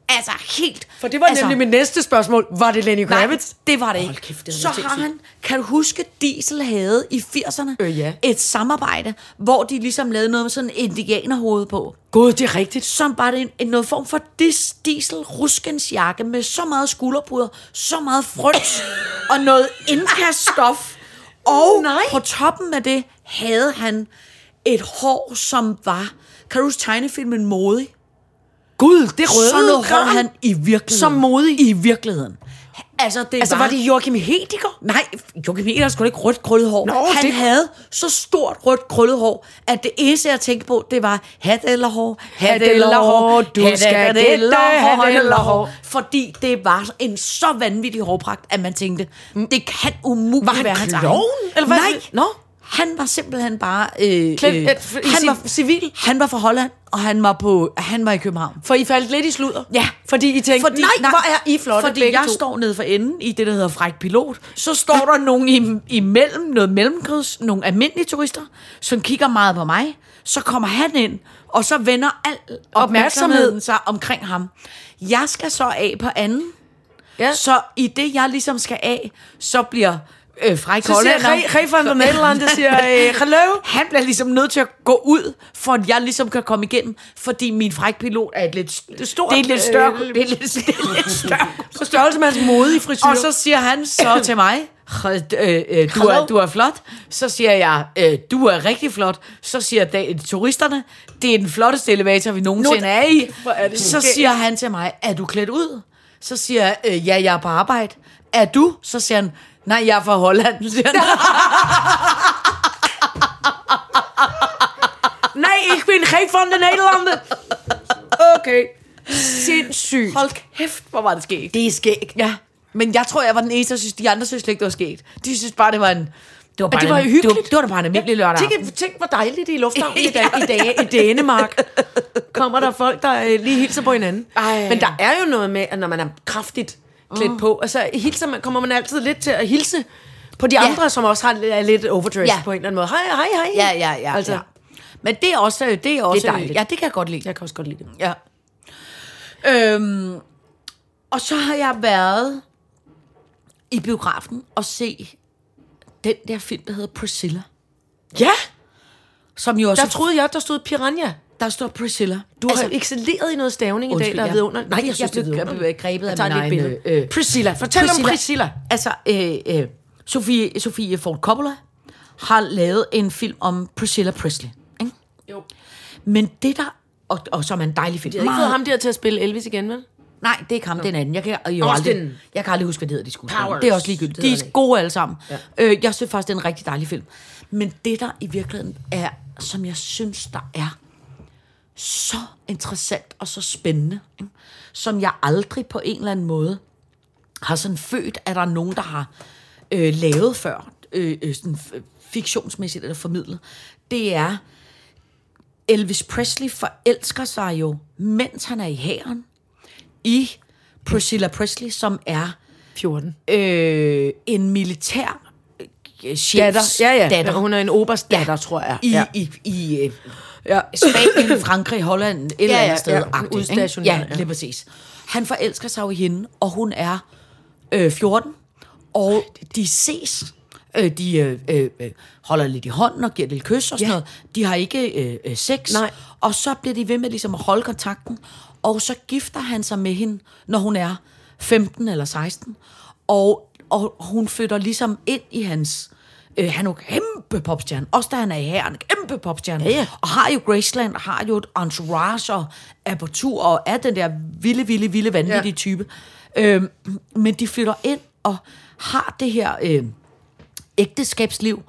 [SPEAKER 4] Altså helt...
[SPEAKER 3] For det var
[SPEAKER 4] altså,
[SPEAKER 3] altså, nemlig mit næste spørgsmål. Var det Lenny Kravitz?
[SPEAKER 4] Nej, det var det ikke.
[SPEAKER 3] Hold kæft, det er
[SPEAKER 4] så
[SPEAKER 3] lidt
[SPEAKER 4] har
[SPEAKER 3] sindssygt.
[SPEAKER 4] han, kan du huske, Diesel havde i 80'erne
[SPEAKER 3] Øh, ja.
[SPEAKER 4] et samarbejde, hvor de ligesom lavede noget med sådan en indianerhoved på
[SPEAKER 3] Gud, det er rigtigt.
[SPEAKER 4] som var det en, en noget form for dis, diesel ruskens jakke med så meget skulderpuder, så meget frøns og noget indkaststof. Og Nej.
[SPEAKER 3] Nej.
[SPEAKER 4] på toppen af det havde han et hår, som var... Kan du huske tegnefilmen Modig?
[SPEAKER 3] Gud, det røde
[SPEAKER 4] Sådan noget var
[SPEAKER 3] gran.
[SPEAKER 4] han i virkeligheden.
[SPEAKER 3] Så modig.
[SPEAKER 4] I virkeligheden. Altså, det
[SPEAKER 3] Altså,
[SPEAKER 4] var
[SPEAKER 3] var det Joachim Hediger?
[SPEAKER 4] Nej, Joachim Hedder skulle ikke rødt krøllet hår.
[SPEAKER 3] Nå,
[SPEAKER 4] han
[SPEAKER 3] det-
[SPEAKER 4] havde så stort rødt krøllet hår, at det eneste, jeg tænkte på, det var hat eller hår, hat eller hår,
[SPEAKER 3] Du skal
[SPEAKER 4] hat
[SPEAKER 3] gætte
[SPEAKER 4] eller hår,
[SPEAKER 3] hat
[SPEAKER 4] hat
[SPEAKER 3] eller
[SPEAKER 4] eller
[SPEAKER 3] hår.
[SPEAKER 4] hår. Fordi det var en så vanvittig hårpragt, at man tænkte, det kan umuligt
[SPEAKER 3] Mm. Var han
[SPEAKER 4] være hans egen.
[SPEAKER 3] klovn, eller hvad?
[SPEAKER 4] Nej,
[SPEAKER 3] Nå.
[SPEAKER 4] han var simpelthen bare... Øh,
[SPEAKER 3] Klædt, øh, f- i sit civil?
[SPEAKER 4] Han var fra Holland, og han var, på, han var i København.
[SPEAKER 3] For I faldt lidt i sludder.
[SPEAKER 4] Ja.
[SPEAKER 3] Fordi I tænkte, fordi, nej, nej, hvor er I flotte
[SPEAKER 4] Fordi
[SPEAKER 3] begge
[SPEAKER 4] jeg
[SPEAKER 3] to.
[SPEAKER 4] står nede for enden i det, der hedder fræk pilot. Så står der nogen i, imellem, noget mellemkryds, nogle almindelige turister, som kigger meget på mig. Så kommer han ind, og så vender al opmærksomheden sig omkring ham. Jeg skal så af på anden.
[SPEAKER 3] Ja.
[SPEAKER 4] Så i det, jeg ligesom skal af, så bliver øh, fræk
[SPEAKER 3] Så siger
[SPEAKER 4] Hollander-
[SPEAKER 3] Re- Re van der Nederland, der siger, øh, hello.
[SPEAKER 4] han bliver ligesom nødt til at gå ud, for at jeg ligesom kan komme igennem, fordi min fræk pilot er et lidt st-
[SPEAKER 3] stort,
[SPEAKER 4] Det er et lidt større,
[SPEAKER 3] øh,
[SPEAKER 4] øh, det er lidt, det er lidt større.
[SPEAKER 3] På størrelse med hans modige frisyr.
[SPEAKER 4] Og så siger han så til mig, "Øh, øh, du,
[SPEAKER 3] Hello.
[SPEAKER 4] er, du er flot. Så siger jeg, øh, du er rigtig flot. Så siger da- turisterne, det er den flotteste elevator, vi nogensinde er i.
[SPEAKER 3] Hvor er det
[SPEAKER 4] Så
[SPEAKER 3] skægt.
[SPEAKER 4] siger han til mig, er du klædt ud? Så siger jeg, øh, ja, jeg er på arbejde. Er du? Så siger han, nej, jeg er fra Holland. Siger han.
[SPEAKER 3] nej, jeg bin Re van der Nederland. Okay. Sindssygt.
[SPEAKER 4] Hold kæft, hvor var det skægt.
[SPEAKER 3] Det er skægt.
[SPEAKER 4] Ja, men jeg tror, jeg var den eneste, der synes, de andre synes slet ikke, det var sket. De synes bare, det var en... Det var, bare
[SPEAKER 3] det var
[SPEAKER 4] en,
[SPEAKER 3] hyggeligt.
[SPEAKER 4] Det var, det var da bare en almindelig lørdag. aften.
[SPEAKER 3] Tænk, tænk, hvor dejligt det er i lufthavnen i, dag, i, dag, i Danemark. Kommer der folk, der øh, lige hilser på hinanden.
[SPEAKER 4] Ej.
[SPEAKER 3] Men der er jo noget med, at når man er kraftigt klædt på, altså hilser man, kommer man altid lidt til at hilse på de andre, som også har, er lidt overdressed
[SPEAKER 4] Ja.
[SPEAKER 3] på en eller anden måde. Hej, hej, hej.
[SPEAKER 4] Ja, ja, ja.
[SPEAKER 3] Altså,
[SPEAKER 4] ja. Men det er også... Det er, også
[SPEAKER 3] dejligt.
[SPEAKER 4] Ja, det kan jeg godt lide.
[SPEAKER 3] Jeg kan også godt lide det.
[SPEAKER 4] Ja. Øhm, og så har jeg været i biografen og se den der film, der hedder Priscilla.
[SPEAKER 3] Ja,
[SPEAKER 4] Som jo også...
[SPEAKER 3] der troede jeg, der stod Piranha.
[SPEAKER 4] der står Priscilla.
[SPEAKER 3] Du altså,
[SPEAKER 4] Altså,
[SPEAKER 3] har excelleret i noget stavning i dag, der er
[SPEAKER 4] ja.
[SPEAKER 3] vidunderligt. Nej, jeg
[SPEAKER 4] Jeg
[SPEAKER 3] synes, det er
[SPEAKER 4] blev- jeg
[SPEAKER 3] vidunderligt.
[SPEAKER 4] blev grebet af
[SPEAKER 3] tager
[SPEAKER 4] min
[SPEAKER 3] lige et
[SPEAKER 4] egen,
[SPEAKER 3] billede.
[SPEAKER 4] øh,
[SPEAKER 3] Priscilla, fortæl om Priscilla.
[SPEAKER 4] Altså, øh, øh, Sofie, Sofie Ford Coppola har lavet en film om Priscilla Presley. Ikke?
[SPEAKER 3] Jo.
[SPEAKER 4] Men det der... Og, og som er en dejlig film.
[SPEAKER 3] Jeg har ikke fået ham der til at spille Elvis igen, vel?
[SPEAKER 4] Nej, det er ikke ham, den anden. Jeg kan, jeg, jo
[SPEAKER 3] Austin.
[SPEAKER 4] aldrig, jeg kan aldrig huske, hvad det hedder, de skuespillere.
[SPEAKER 3] Powers.
[SPEAKER 4] Det er også ligegyldigt.
[SPEAKER 3] Det
[SPEAKER 4] De
[SPEAKER 3] hedder
[SPEAKER 4] er
[SPEAKER 3] det ikke.
[SPEAKER 4] gode alle sammen. Ja. Øh, jeg synes faktisk, det er en rigtig dejlig film. Men det, der i virkeligheden er, som jeg synes, der er så interessant og så spændende, ikke? som jeg aldrig på en eller anden måde har sådan født, at der er nogen, der har øh, lavet før, øh, øh, sådan f- fiktionsmæssigt eller formidlet, det er, Elvis Presley forelsker sig jo, mens han er i hæren, i Priscilla Presley, som er
[SPEAKER 3] 14.
[SPEAKER 4] øh, en militær øh, chefs
[SPEAKER 3] Datter. Ja, ja.
[SPEAKER 4] datter.
[SPEAKER 3] Datter. Hun er en obers datter, ja. tror jeg.
[SPEAKER 4] I,
[SPEAKER 3] ja.
[SPEAKER 4] i, i øh,
[SPEAKER 3] Ja.
[SPEAKER 4] Spanien, Frankrig, Holland, et eller
[SPEAKER 3] Ja,
[SPEAKER 4] andet
[SPEAKER 3] ja,
[SPEAKER 4] sted.
[SPEAKER 3] ja.
[SPEAKER 4] agtigt, ikke?
[SPEAKER 3] Udstationeret,
[SPEAKER 4] Ja,
[SPEAKER 3] ja.
[SPEAKER 4] lige præcis. Han forelsker sig jo i hende, og hun er øh, 14, og de ses. Øh, de øh, øh, øh, holder lidt i hånden og giver lidt kys og sådan ja.
[SPEAKER 3] Ja.
[SPEAKER 4] noget. De har ikke øh, øh, sex.
[SPEAKER 3] Nej.
[SPEAKER 4] Og så bliver de ved med ligesom at holde kontakten, og så gifter han sig med hende, når hun er 15 eller 16. Og, og hun flytter ligesom ind i hans... Øh, han er jo kæmpe popstjerne. Også da han er i herren, kæmpe popstjerne.
[SPEAKER 3] Ja, ja.
[SPEAKER 4] Og har jo Graceland, og har jo et entourage og apertur, og er den der vilde, vilde, vilde, vanvittige ja.
[SPEAKER 3] Ja.
[SPEAKER 4] type. Øhm, men de flytter ind og har det her øh, ægteskabsliv,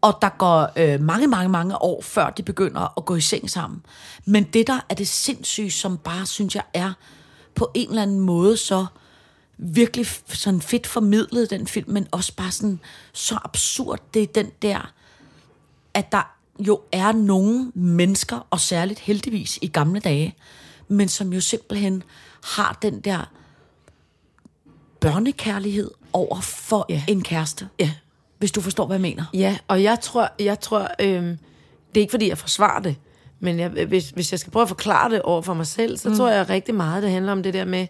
[SPEAKER 4] og der går øh, mange, mange, mange år, før de begynder at gå i seng sammen. Men det der er det sindssyge, som bare, synes jeg, er på en eller anden måde så virkelig f- sådan fedt formidlet, den film, men også bare sådan så absurd, det er den der at der jo er nogle mennesker, og særligt heldigvis i gamle dage, men som jo simpelthen har den der børnekærlighed over for ja. en kæreste. Ja. Hvis du forstår, hvad jeg mener.
[SPEAKER 3] ja, og jeg tror, jeg tror øhm, det er ikke fordi, jeg forsvarer det, men jeg, hvis, hvis jeg skal prøve at forklare det over for mig selv, så mm. tror jeg rigtig meget, det handler om det der med,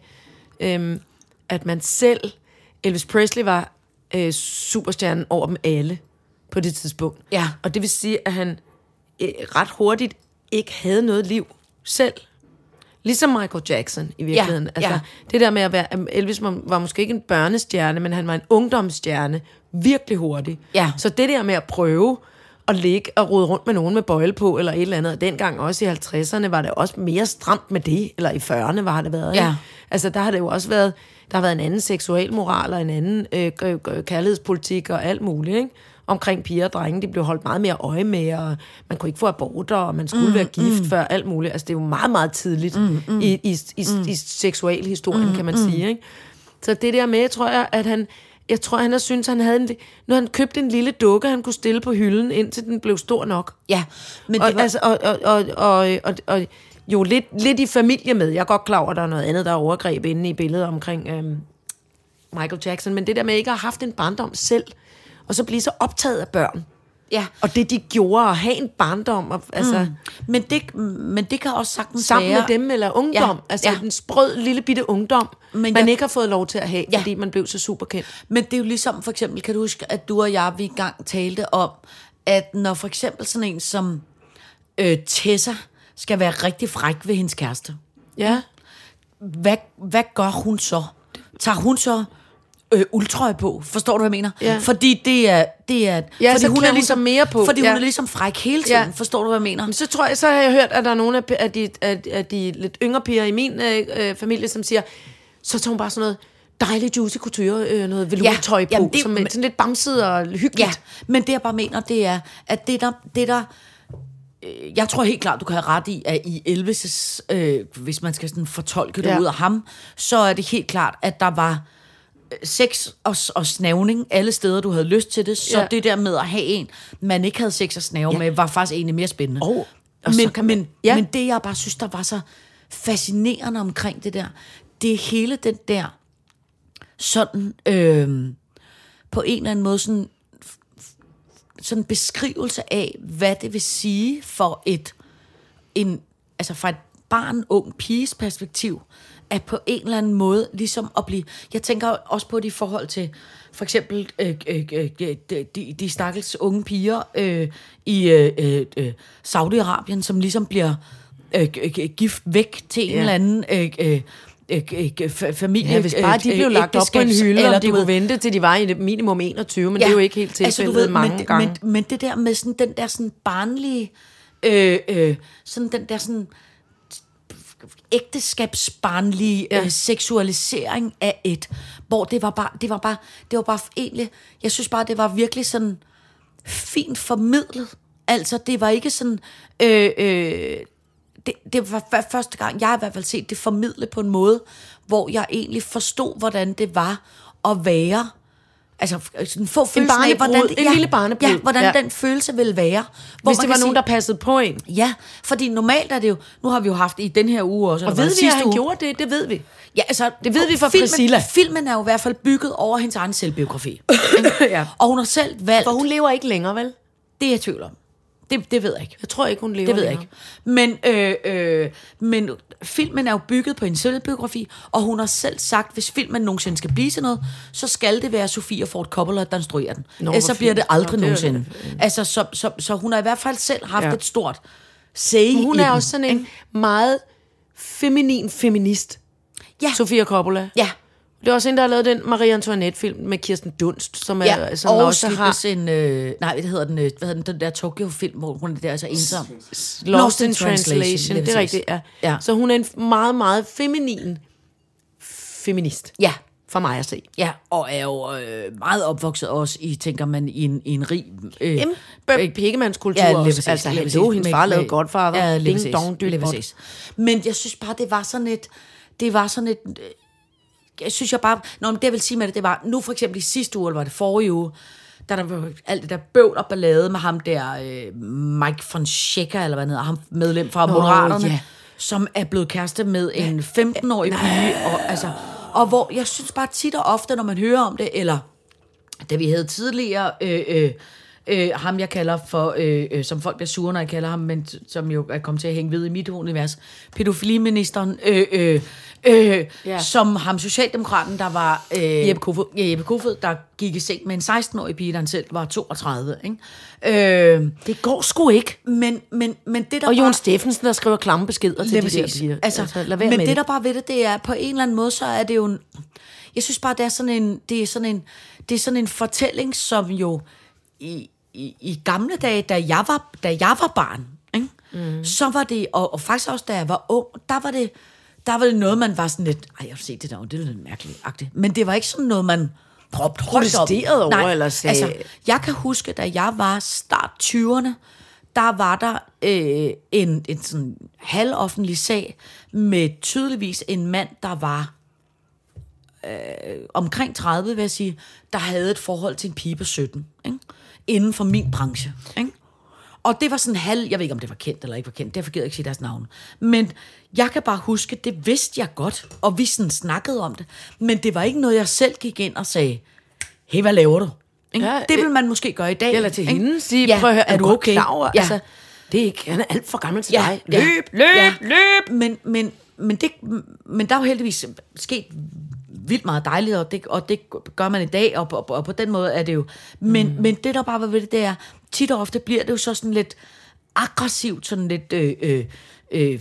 [SPEAKER 3] øhm, at man selv, Elvis Presley var øh, superstjernen over dem alle på det tidspunkt.
[SPEAKER 4] Ja.
[SPEAKER 3] Og det vil sige, at han øh, ret hurtigt ikke havde noget liv selv. Ligesom Michael Jackson i virkeligheden.
[SPEAKER 4] Ja,
[SPEAKER 3] altså,
[SPEAKER 4] ja.
[SPEAKER 3] Det der med at være... Elvis var- var måske ikke en børnestjerne, men han var en ungdomsstjerne. Virkelig hurtig.
[SPEAKER 4] Ja.
[SPEAKER 3] Så det der med at prøve at ligge og rode rundt med nogen med bøjle på, eller et eller andet. Og dengang også i 50'erne var det også mere stramt med det, eller i 40'erne var det været.
[SPEAKER 4] Ja.
[SPEAKER 3] Ikke? Altså der har det jo også været, der har været en anden seksualmoral og en anden øh, øh, øh, kærlighedspolitik og alt muligt, ikke? omkring piger og drenge, de blev holdt meget mere øje med, og man kunne ikke få aborter, og man skulle mm, være gift mm. før alt muligt. Altså, det er jo meget, meget tidligt mm, mm, i, i, i, mm. i seksualhistorien, mm, kan man mm. sige. Ikke? Så det der med, tror jeg, at han, jeg tror, han har syntes, han havde en, li- når han købte en lille dukke, han kunne stille på hylden, indtil den blev stor nok.
[SPEAKER 4] Ja, men
[SPEAKER 3] Og,
[SPEAKER 4] det var,
[SPEAKER 3] altså, og, og, og, og, og, og jo lidt, lidt i familie med. Jeg er godt klar over, at der er noget andet, der er overgreb inde i billedet omkring øhm, Michael Jackson. Men det der med ikke at have haft en barndom selv, og så blive så optaget af børn.
[SPEAKER 4] ja.
[SPEAKER 3] Og det de gjorde, at have en barndom, og, altså, mm.
[SPEAKER 4] Men, det, men det kan også sagtens
[SPEAKER 3] sammen
[SPEAKER 4] være...
[SPEAKER 3] med dem, eller ungdom.
[SPEAKER 4] Ja,
[SPEAKER 3] Ja. Altså
[SPEAKER 4] ja.
[SPEAKER 3] ja. en sprød, lille bitte ungdom, Men
[SPEAKER 4] Men
[SPEAKER 3] man
[SPEAKER 4] jeg-
[SPEAKER 3] jeg... ikke har fået lov til at have, ja.
[SPEAKER 4] Ja.
[SPEAKER 3] fordi man blev så superkendt.
[SPEAKER 4] Men det er jo ligesom, for eksempel, kan du huske, at du og jeg, vi engang talte om, at når for eksempel sådan en som øh, Tessa skal være rigtig fræk ved hendes kæreste,
[SPEAKER 3] Ja.
[SPEAKER 4] hvad, hvad gør hun så? Tager hun så øh, uldtrøje på? Forstår du, hvad jeg mener?
[SPEAKER 3] Ja.
[SPEAKER 4] Fordi det er... Det er
[SPEAKER 3] Ja,
[SPEAKER 4] fordi
[SPEAKER 3] så klæder
[SPEAKER 4] er
[SPEAKER 3] hun sig mere på.
[SPEAKER 4] Fordi
[SPEAKER 3] Ja.
[SPEAKER 4] hun er ligesom fræk hele tiden.
[SPEAKER 3] Ja.
[SPEAKER 4] Forstår du, hvad jeg mener?
[SPEAKER 3] Jamen, så tror jeg, så har jeg hørt, at der er nogle af, af, de, af, af de lidt yngre piger i min øh, øh, familie, som siger, så tager hun bare sådan noget dejligt juicy couture, øh, noget velour-tøj
[SPEAKER 4] Ja,
[SPEAKER 3] ja,
[SPEAKER 4] jamen,
[SPEAKER 3] på,
[SPEAKER 4] det-
[SPEAKER 3] det, som er sådan lidt bamset og hyggeligt.
[SPEAKER 4] Ja, men det jeg bare mener, det er, at det der... Det der øh, jeg tror helt klart, du kan have ret i, at i Elvis', øh, hvis man skal sådan fortolke det ja.
[SPEAKER 3] Ja.
[SPEAKER 4] ud af ham, så er det helt klart, at der var øh, sex og, og snævning alle steder, du havde lyst til det. Så ja.
[SPEAKER 3] Ja.
[SPEAKER 4] det der med at have en, man ikke havde sex og snæve ja. med, var faktisk egentlig mere spændende.
[SPEAKER 3] Og-
[SPEAKER 4] men,
[SPEAKER 3] og så kan man-
[SPEAKER 4] men,
[SPEAKER 3] ja.
[SPEAKER 4] men det, jeg bare synes, der var så fascinerende omkring det der, det er hele den der sådan... Øh, på en eller anden måde sådan, f- f- sådan en beskrivelse af, hvad det vil sige for et, en, altså fra et barn, ung, piges perspektiv, at på en eller anden måde ligesom at blive... Jeg tænker også på det i forhold til for eksempel øh, øh, øh, øh, de, de stakkels unge piger øh, i øh, øh, øh, Saudi-Arabien, som ligesom bliver øh, øh, øh, gift væk til en
[SPEAKER 3] Ja.
[SPEAKER 4] eller anden øh, øh, øh, øh, fa- familie.
[SPEAKER 3] Ja, hvis bare de
[SPEAKER 4] øh,
[SPEAKER 3] blev lagt op på en
[SPEAKER 4] ægteskabs-
[SPEAKER 3] hylde, eller
[SPEAKER 4] eller
[SPEAKER 3] om de
[SPEAKER 4] du
[SPEAKER 3] kunne
[SPEAKER 4] ved-
[SPEAKER 3] vente til de var i minimum 21, men ja. det er jo ikke helt tilfældet altså, ved, mange
[SPEAKER 4] men,
[SPEAKER 3] men, gange. Men,
[SPEAKER 4] Men, men det der med sådan den der sådan barnlige, øh, øh, sådan den der sådan ægteskabsbarnlige ja.
[SPEAKER 3] Ja.
[SPEAKER 4] øh, seksualisering af et, hvor det var bare, det var bare, det var bare egentlig, jeg synes bare, det var virkelig sådan fint formidlet. Altså, det var ikke sådan, øh, øh, det, det var f- første gang, jeg har i hvert fald set det formidlet på en måde, hvor jeg egentlig forstod, hvordan det var at være, altså f- sådan få følelsen af,
[SPEAKER 3] barnebrud.
[SPEAKER 4] hvordan
[SPEAKER 3] En lille barnebrud.
[SPEAKER 4] Ja, hvordan
[SPEAKER 3] Ja.
[SPEAKER 4] den følelse ville være. Hvor
[SPEAKER 3] Hvis
[SPEAKER 4] man
[SPEAKER 3] det
[SPEAKER 4] kan
[SPEAKER 3] var nogen,
[SPEAKER 4] sige-
[SPEAKER 3] der passede på en.
[SPEAKER 4] Ja, fordi normalt er det jo, nu har vi jo haft i den her uge også,
[SPEAKER 3] Og
[SPEAKER 4] eller var
[SPEAKER 3] ved
[SPEAKER 4] det
[SPEAKER 3] vi, at
[SPEAKER 4] sidste
[SPEAKER 3] han
[SPEAKER 4] uge?
[SPEAKER 3] gjorde det? Det ved vi.
[SPEAKER 4] Ja, altså,
[SPEAKER 3] Det ved vi fra
[SPEAKER 4] filmen,
[SPEAKER 3] Priscilla.
[SPEAKER 4] Filmen er jo i hvert fald bygget over hendes egen selvbiografi.
[SPEAKER 3] ja.
[SPEAKER 4] Og hun har selv valgt,
[SPEAKER 3] For hun lever ikke længere, vel?
[SPEAKER 4] det er jeg i tvivl om. Det, det ved jeg ikke.
[SPEAKER 3] Jeg tror ikke, hun lever
[SPEAKER 4] Det ved jeg
[SPEAKER 3] længere.
[SPEAKER 4] ikke. Men, øh, øh, men filmen er jo bygget på en selvbiografi, og hun har selv sagt, hvis filmen nogensinde skal blive til noget, så skal det være Sofia Ford Coppola, der instruerer den.
[SPEAKER 3] Nå,
[SPEAKER 4] Ellers
[SPEAKER 3] hvor
[SPEAKER 4] så bliver
[SPEAKER 3] fint.
[SPEAKER 4] det aldrig
[SPEAKER 3] Nå, det er-
[SPEAKER 4] nogensinde. Altså, så, så, så hun har i hvert fald selv haft ja.
[SPEAKER 3] Ja.
[SPEAKER 4] et stort say
[SPEAKER 3] Men Hun
[SPEAKER 4] i
[SPEAKER 3] er
[SPEAKER 4] den.
[SPEAKER 3] også sådan en meget feminin feminist.
[SPEAKER 4] Ja.
[SPEAKER 3] Sofia Coppola.
[SPEAKER 4] Ja.
[SPEAKER 3] Det er også hende, der har lavet den Marie Antoinette-film med Kirsten Dunst, som, er,
[SPEAKER 4] Ja,
[SPEAKER 3] som
[SPEAKER 4] og
[SPEAKER 3] også har
[SPEAKER 4] har... en, øh, nej, hvad hedder den, øh, hvad hedder den, den der Tokyo-film, hvor hun er der altså ensom.
[SPEAKER 3] Lost in Translation. translation. Det er rigtigt, ja.
[SPEAKER 4] ja.
[SPEAKER 3] Så hun er en f- meget, meget feminin feminist,
[SPEAKER 4] Ja,
[SPEAKER 3] for mig at se.
[SPEAKER 4] ja, og er jo øh, meget opvokset også i, tænker man, i en, i en rig... Øh,
[SPEAKER 3] Jamen, Bør- Pigemandskultur
[SPEAKER 4] Ja,
[SPEAKER 3] ja,
[SPEAKER 4] lige
[SPEAKER 3] også.
[SPEAKER 4] præcis,
[SPEAKER 3] altså,
[SPEAKER 4] lige
[SPEAKER 3] han
[SPEAKER 4] præcis.
[SPEAKER 3] lå, hendes
[SPEAKER 4] Med-
[SPEAKER 3] far lavede
[SPEAKER 4] med-
[SPEAKER 3] Godfather.
[SPEAKER 4] Ja, lige
[SPEAKER 3] Ding
[SPEAKER 4] præcis,
[SPEAKER 3] dong, dyt
[SPEAKER 4] lige
[SPEAKER 3] bot.
[SPEAKER 4] præcis. Men jeg synes bare, det var sådan et... Det var sådan et... øh, Jeg synes jeg bare... Nå, men det jeg vil sige med det, det var... Nu for eksempel i sidste uge, eller var det forrige uge, da der var alt det der bøvl og ballade med ham der, øh, Mike von Schecker, eller hvad han hedder, ham medlem fra Moderaterne,
[SPEAKER 3] ja.
[SPEAKER 4] som er blevet kæreste med en 15-årig pige, og, altså, og hvor jeg synes bare tit og ofte, når man hører om det, eller da vi havde tidligere øh, øh, øh, ham, jeg kalder for, øh, øh, som folk bliver sure, når jeg kalder ham, men t- som jo er kommet til at hænge ved i mit univers, pædofiliministeren, øh, øh, øh, ja.
[SPEAKER 3] Ja.
[SPEAKER 4] som ham socialdemokraten, der var øh, Jeppe, Kofod. Ja, Jeppe Kofod, der gik i seng med en 16-årig pige, der han selv var 32. Ikke? Øh,
[SPEAKER 3] Det går sgu ikke.
[SPEAKER 4] men, men, men det, der
[SPEAKER 3] Og
[SPEAKER 4] bare-
[SPEAKER 3] Jon Steffensen, der skriver klamme beskeder til
[SPEAKER 4] Lige
[SPEAKER 3] de der
[SPEAKER 4] præcis.
[SPEAKER 3] piger.
[SPEAKER 4] Altså, altså,
[SPEAKER 3] lad være
[SPEAKER 4] men
[SPEAKER 3] med
[SPEAKER 4] det, der bare ved det, det er på en eller anden måde, så er det jo en, jeg synes bare, det er sådan en, det er sådan en, det er sådan en fortælling, som jo i, i, i gamle dage, da jeg var, da jeg var barn, ikke? Mm. så var det, og, og faktisk også da jeg var ung, der var det, der var det noget, man var sådan lidt, ej, jeg har set det der, det er lidt mærkeligt -agtigt. Men det var ikke sådan noget, man råbte højt op.
[SPEAKER 3] Protesterede over, eller sagde-
[SPEAKER 4] altså, jeg kan huske, da jeg var start 20'erne, der var der øh, en, en sådan halvoffentlig sag med tydeligvis en mand, der var omkring 30, vil jeg sige, der havde et forhold til en pige på 17, ikke? inden for min branche. Ikke? Og det var sådan halv, jeg ved ikke, om det var kendt eller ikke var kendt, derfor gider jeg ikke sige deres navn. Men jeg kan bare huske, det vidste jeg godt, og vi sådan snakkede om det. Men det var ikke noget, jeg selv gik ind og sagde, hey, hvad laver du? Ikke?
[SPEAKER 3] Ja,
[SPEAKER 4] Ja, det vil man måske gøre i dag.
[SPEAKER 3] Eller til
[SPEAKER 4] ikke?
[SPEAKER 3] hende sige, ja, prøv at høre, er, du okay? Klar over?
[SPEAKER 4] Ja.
[SPEAKER 3] Altså, det er ikke, han er alt for gammel til
[SPEAKER 4] Ja,
[SPEAKER 3] dig.
[SPEAKER 4] ja.
[SPEAKER 3] Løb, løb,
[SPEAKER 4] Ja.
[SPEAKER 3] løb!
[SPEAKER 4] Men, men, men, det, men der er jo heldigvis sket vildt meget dejligt, og det, og det gør man i dag, og, og, og på den måde er det jo. Men, mm. men det, der bare var ved det, det er, tit og ofte bliver det jo så sådan lidt aggressivt, sådan lidt... Øh, øh, øh,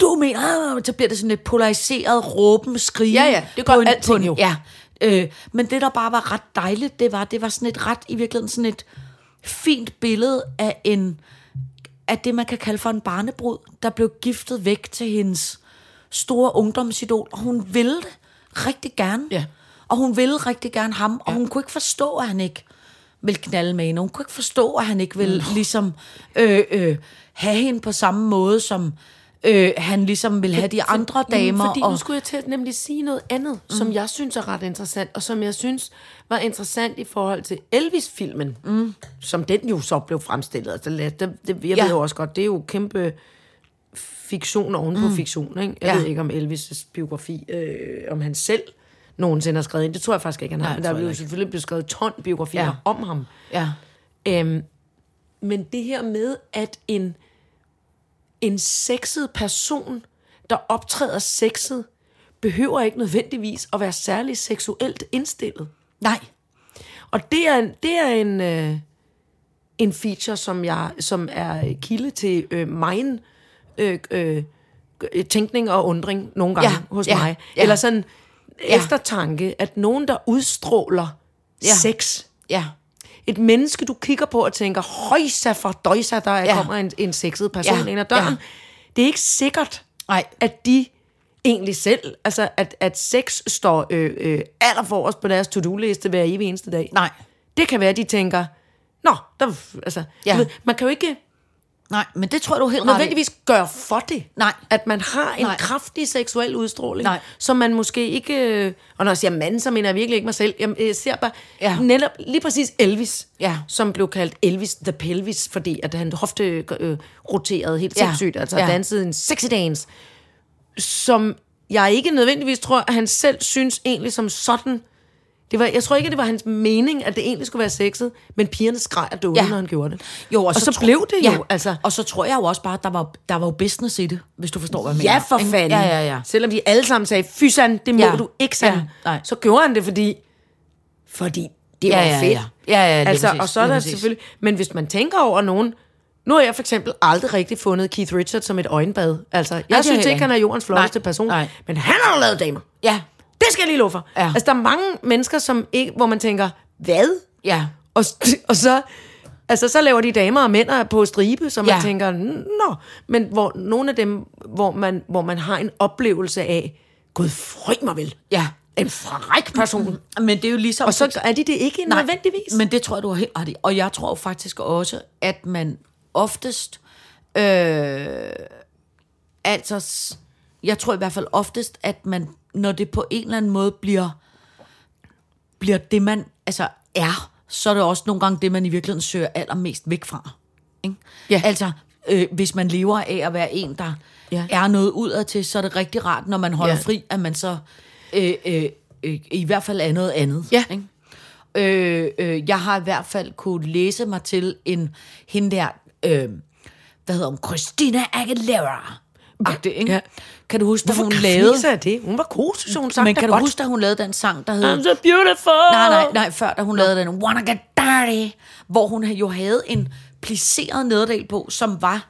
[SPEAKER 4] du mener, øh, så bliver det sådan lidt polariseret, råben, skrigen.
[SPEAKER 3] Ja, ja, det gør
[SPEAKER 4] på en-
[SPEAKER 3] alting
[SPEAKER 4] på en-
[SPEAKER 3] jo.
[SPEAKER 4] Ja, øh, men det, der bare var ret dejligt, det var, det var sådan et ret, i virkeligheden sådan et fint billede af en af det, man kan kalde for en barnebrud, der blev giftet væk til hendes store ungdomsidol, og hun ville det rigtig gerne.
[SPEAKER 3] Ja.
[SPEAKER 4] Og hun ville rigtig gerne ham, og hun kunne ikke forstå, at han ikke ville knalde med hende. Hun kunne ikke forstå, at han ikke ville ligesom øh, øh, have hende på samme måde, som øh, han ligesom ville have de andre damer.
[SPEAKER 3] Jamen, fordi
[SPEAKER 4] og,
[SPEAKER 3] nu skulle jeg til at nemlig sige noget andet, mm. som jeg synes er ret interessant, og som jeg synes var interessant i forhold til Elvis-filmen, mm. som den jo så blev fremstillet. Altså, lad- det, det, jeg ja.
[SPEAKER 4] Ja.
[SPEAKER 3] ved jo også godt, det er jo kæmpe fiktion oven på mm. fiktion. Ikke? Jeg ja.
[SPEAKER 4] Ja.
[SPEAKER 3] ved ikke, om Elvis' biografi, øh, om han selv nogensinde har skrevet ind. Det tror jeg faktisk ikke, han har.
[SPEAKER 4] Nej,
[SPEAKER 3] men
[SPEAKER 4] det
[SPEAKER 3] der
[SPEAKER 4] tror
[SPEAKER 3] blev
[SPEAKER 4] jeg ikke.
[SPEAKER 3] selvfølgelig blevet skrevet ton biografier ja.
[SPEAKER 4] Ja.
[SPEAKER 3] om ham.
[SPEAKER 4] ja.
[SPEAKER 3] Øhm, men det her med, at en, en sexet person, der optræder sexet, behøver ikke nødvendigvis at være særlig seksuelt indstillet.
[SPEAKER 4] Nej.
[SPEAKER 3] Og det er en, det er en, øh, en feature, som, jeg, som er kilde til øh, min øh, øh, tænkning og undring nogle gange ja,
[SPEAKER 4] Ja,
[SPEAKER 3] hos ja,
[SPEAKER 4] ja,
[SPEAKER 3] mig. Ja.
[SPEAKER 4] ja.
[SPEAKER 3] Eller sådan
[SPEAKER 4] Ja.
[SPEAKER 3] eftertanke, at nogen, der udstråler ja.
[SPEAKER 4] Ja.
[SPEAKER 3] sex,
[SPEAKER 4] Ja.
[SPEAKER 3] et menneske, du kigger på og tænker, højsa for døjsa, der ja.
[SPEAKER 4] Ja.
[SPEAKER 3] kommer en, en sexet person ja.
[SPEAKER 4] Ja,
[SPEAKER 3] ind ad døren. Ja.
[SPEAKER 4] ja.
[SPEAKER 3] Det er ikke sikkert,
[SPEAKER 4] Nej.
[SPEAKER 3] at de egentlig selv, altså at, at sex står øh, øh, aller forrest på deres to-do-liste hver evig eneste dag.
[SPEAKER 4] Nej.
[SPEAKER 3] Det kan være, at de tænker, nå, der, altså, ja.
[SPEAKER 4] Ja.
[SPEAKER 3] du ved, man kan jo ikke
[SPEAKER 4] Nej, men det tror jeg, du er helt ret i.
[SPEAKER 3] nødvendigvis gøre for det.
[SPEAKER 4] Nej.
[SPEAKER 3] At man har en Nej.
[SPEAKER 4] Nej.
[SPEAKER 3] kraftig seksuel udstråling,
[SPEAKER 4] Nej.
[SPEAKER 3] som man måske ikke... øh, Og når jeg siger mand, så mener jeg virkelig ikke mig selv. Jeg, jeg ser bare ja.
[SPEAKER 4] Ja.
[SPEAKER 3] netop lige præcis Elvis,
[SPEAKER 4] Ja.
[SPEAKER 3] som blev kaldt Elvis the Pelvis, fordi at han hofte øh, roterede helt
[SPEAKER 4] Ja.
[SPEAKER 3] sindssygt, altså ja.
[SPEAKER 4] Ja.
[SPEAKER 3] dansede en sexy dance, som jeg ikke nødvendigvis tror, at han selv synes egentlig som sådan... Det var, jeg tror ikke, at det var hans mening, at det egentlig skulle være sexet, men pigerne skreg og døde, ja.
[SPEAKER 4] Ja.
[SPEAKER 3] når han gjorde det.
[SPEAKER 4] Jo, og,
[SPEAKER 3] og så,
[SPEAKER 4] tro-
[SPEAKER 3] blev det jo,
[SPEAKER 4] ja.
[SPEAKER 3] altså...
[SPEAKER 4] Og så tror jeg jo også bare, at der var, der var jo business i det, hvis du forstår, hvad jeg mener.
[SPEAKER 3] Ja, for
[SPEAKER 4] ikke?
[SPEAKER 3] fanden.
[SPEAKER 4] Ja, ja, ja.
[SPEAKER 3] Selvom de alle sammen sagde, fysan, det må ja.
[SPEAKER 4] Ja.
[SPEAKER 3] du ikke, sagde
[SPEAKER 4] Ja,
[SPEAKER 3] han.
[SPEAKER 4] nej.
[SPEAKER 3] Så gjorde han det, fordi, fordi det
[SPEAKER 4] Ja,
[SPEAKER 3] var
[SPEAKER 4] ja,
[SPEAKER 3] fedt.
[SPEAKER 4] ja. Ja, ja, lige
[SPEAKER 3] altså,
[SPEAKER 4] præcis,
[SPEAKER 3] og så er
[SPEAKER 4] lige
[SPEAKER 3] der
[SPEAKER 4] præcis.
[SPEAKER 3] selvfølgelig... Men hvis man tænker over nogen... Nu har jeg for eksempel aldrig rigtig fundet Keith Richards som et øjenbad. Altså, jeg
[SPEAKER 4] er
[SPEAKER 3] ja,
[SPEAKER 4] jeg
[SPEAKER 3] synes
[SPEAKER 4] heller
[SPEAKER 3] ikke, han er
[SPEAKER 4] ikke.
[SPEAKER 3] jordens flotteste
[SPEAKER 4] Nej,
[SPEAKER 3] person.
[SPEAKER 4] nej.
[SPEAKER 3] Men han har jo lavet damer.
[SPEAKER 4] Ja,
[SPEAKER 3] Det skal jeg lige love for.
[SPEAKER 4] Ja.
[SPEAKER 3] Altså, der er mange mennesker, som ikke, hvor man tænker, hvad?
[SPEAKER 4] ja.
[SPEAKER 3] Og, st- og så, altså, så laver de damer og mænd er på stribe, så man ja.
[SPEAKER 4] Ja.
[SPEAKER 3] tænker, nå. Men hvor nogle af dem, hvor man, hvor man har en oplevelse af, gud, fry mig vel.
[SPEAKER 4] Ja.
[SPEAKER 3] En fræk person.
[SPEAKER 4] Men det er jo ligesom...
[SPEAKER 3] Og så er de det ikke Nej, nødvendigvis. Men,
[SPEAKER 4] Men det tror jeg, du har helt ret i. Og jeg tror jo faktisk også, at man oftest... Øh, altså, s- jeg tror i hvert fald oftest, at man, når det på en eller anden måde bliver, bliver det, man altså er, så er det også nogle gange det, man i virkeligheden søger allermest væk fra. Ikke?
[SPEAKER 3] Ja.
[SPEAKER 4] Altså, øh, hvis man lever af at være en, der
[SPEAKER 3] Ja.
[SPEAKER 4] ja. er noget udad til, så er det rigtig rart, når man holder
[SPEAKER 3] Ja.
[SPEAKER 4] ja. fri, at man så øh, øh, øh, i hvert fald er noget andet.
[SPEAKER 3] Ja.
[SPEAKER 4] Ikke? Øh, øh, jeg har i hvert fald kunne læse mig til en hende der, øh, hvad hedder hun, Christina Aguilera. Agtig, ikke?
[SPEAKER 3] Ja.
[SPEAKER 4] Ja. Kan du huske, da
[SPEAKER 3] Hvorfor
[SPEAKER 4] hun
[SPEAKER 3] lavede?
[SPEAKER 4] lavede...
[SPEAKER 3] Hvorfor det? Hun var god, så hun sagde
[SPEAKER 4] Men kan
[SPEAKER 3] det
[SPEAKER 4] du
[SPEAKER 3] godt.
[SPEAKER 4] huske, da hun lavede den sang, der hed...
[SPEAKER 3] I'm so beautiful.
[SPEAKER 4] Nej, nej, nej, før da hun lavede den Wanna Get Dirty, hvor hun jo havde en plisseret nederdel på, som var...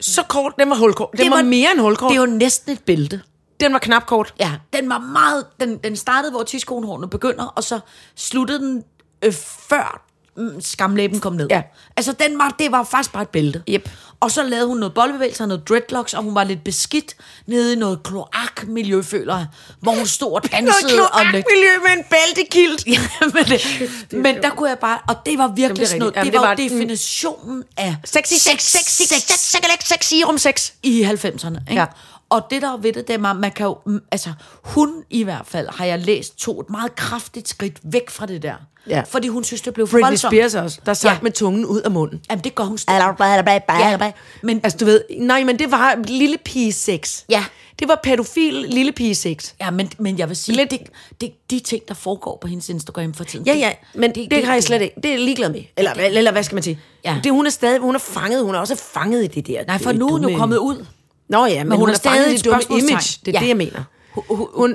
[SPEAKER 3] Så kort, den var hulkort. Den
[SPEAKER 4] det
[SPEAKER 3] var, mere end hulkort.
[SPEAKER 4] Det er jo næsten et bælte.
[SPEAKER 3] Den var knap kort.
[SPEAKER 4] Ja, den var meget... Den, den startede, hvor tidskonehårene begynder, og så sluttede den øh, før mm, skamlæben kom ned.
[SPEAKER 3] Ja.
[SPEAKER 4] Altså, den var, det var faktisk bare et bælte.
[SPEAKER 3] Yep.
[SPEAKER 4] Og så lavede hun noget boldbevægelser, noget dreadlocks, og hun var lidt beskidt nede i noget kloakmiljø, føler jeg, hvor hun stod og
[SPEAKER 3] Noget
[SPEAKER 4] dansede. og lidt-
[SPEAKER 3] kloakmiljø med en bæltekilt.
[SPEAKER 4] Ja, men, det, men der kunne jeg bare, og det var virkelig
[SPEAKER 3] Jamen, det er
[SPEAKER 4] sådan noget, det,
[SPEAKER 3] rigtigt.
[SPEAKER 4] det var,
[SPEAKER 3] Jamen,
[SPEAKER 4] jo
[SPEAKER 3] det var- mm.
[SPEAKER 4] definitionen af
[SPEAKER 3] Sexy, sex, sexy, sex, sex, sex, sex, i rum sex.
[SPEAKER 4] i 90'erne. Ikke?
[SPEAKER 3] Ja.
[SPEAKER 4] Og det der er ved det, det er, man, man kan jo, mm, altså hun i hvert fald, har jeg læst, tog et meget kraftigt skridt væk fra det der.
[SPEAKER 3] Ja.
[SPEAKER 4] Fordi hun synes, det blev for
[SPEAKER 3] Britney
[SPEAKER 4] voldsomt.
[SPEAKER 3] Spears også, der sang
[SPEAKER 4] Ja.
[SPEAKER 3] ja. med tungen ud af munden.
[SPEAKER 4] Jamen det gør hun stadig.
[SPEAKER 3] Ja.
[SPEAKER 4] Men
[SPEAKER 3] Altså, du ved, nej, men det var lille pige sex.
[SPEAKER 4] Ja.
[SPEAKER 3] Det var pædofil lille pige sex.
[SPEAKER 4] Ja, men, men jeg vil sige,
[SPEAKER 3] Lidt-
[SPEAKER 4] Lidt. Det, det, de ting, der foregår på hendes Instagram for tiden.
[SPEAKER 3] Ja,
[SPEAKER 4] det-
[SPEAKER 3] ja, men det, det, det har jeg slet ikke. Det er jeg ligeglad med. Eller, eller, eller hvad skal man sige?
[SPEAKER 4] Ja.
[SPEAKER 3] Det, hun er stadig, hun er fanget, hun er også fanget i det der.
[SPEAKER 4] Nej, for
[SPEAKER 3] det
[SPEAKER 4] nu er hun
[SPEAKER 3] dumme-
[SPEAKER 4] jo kommet ud.
[SPEAKER 3] Nå ja, men, men hun,
[SPEAKER 4] hun
[SPEAKER 3] hun
[SPEAKER 4] er
[SPEAKER 3] er stadig
[SPEAKER 4] stadig
[SPEAKER 3] i det dumme
[SPEAKER 4] spørgsmålstegn.
[SPEAKER 3] image. Det er
[SPEAKER 4] Ja.
[SPEAKER 3] ja. det, jeg mener. Hun,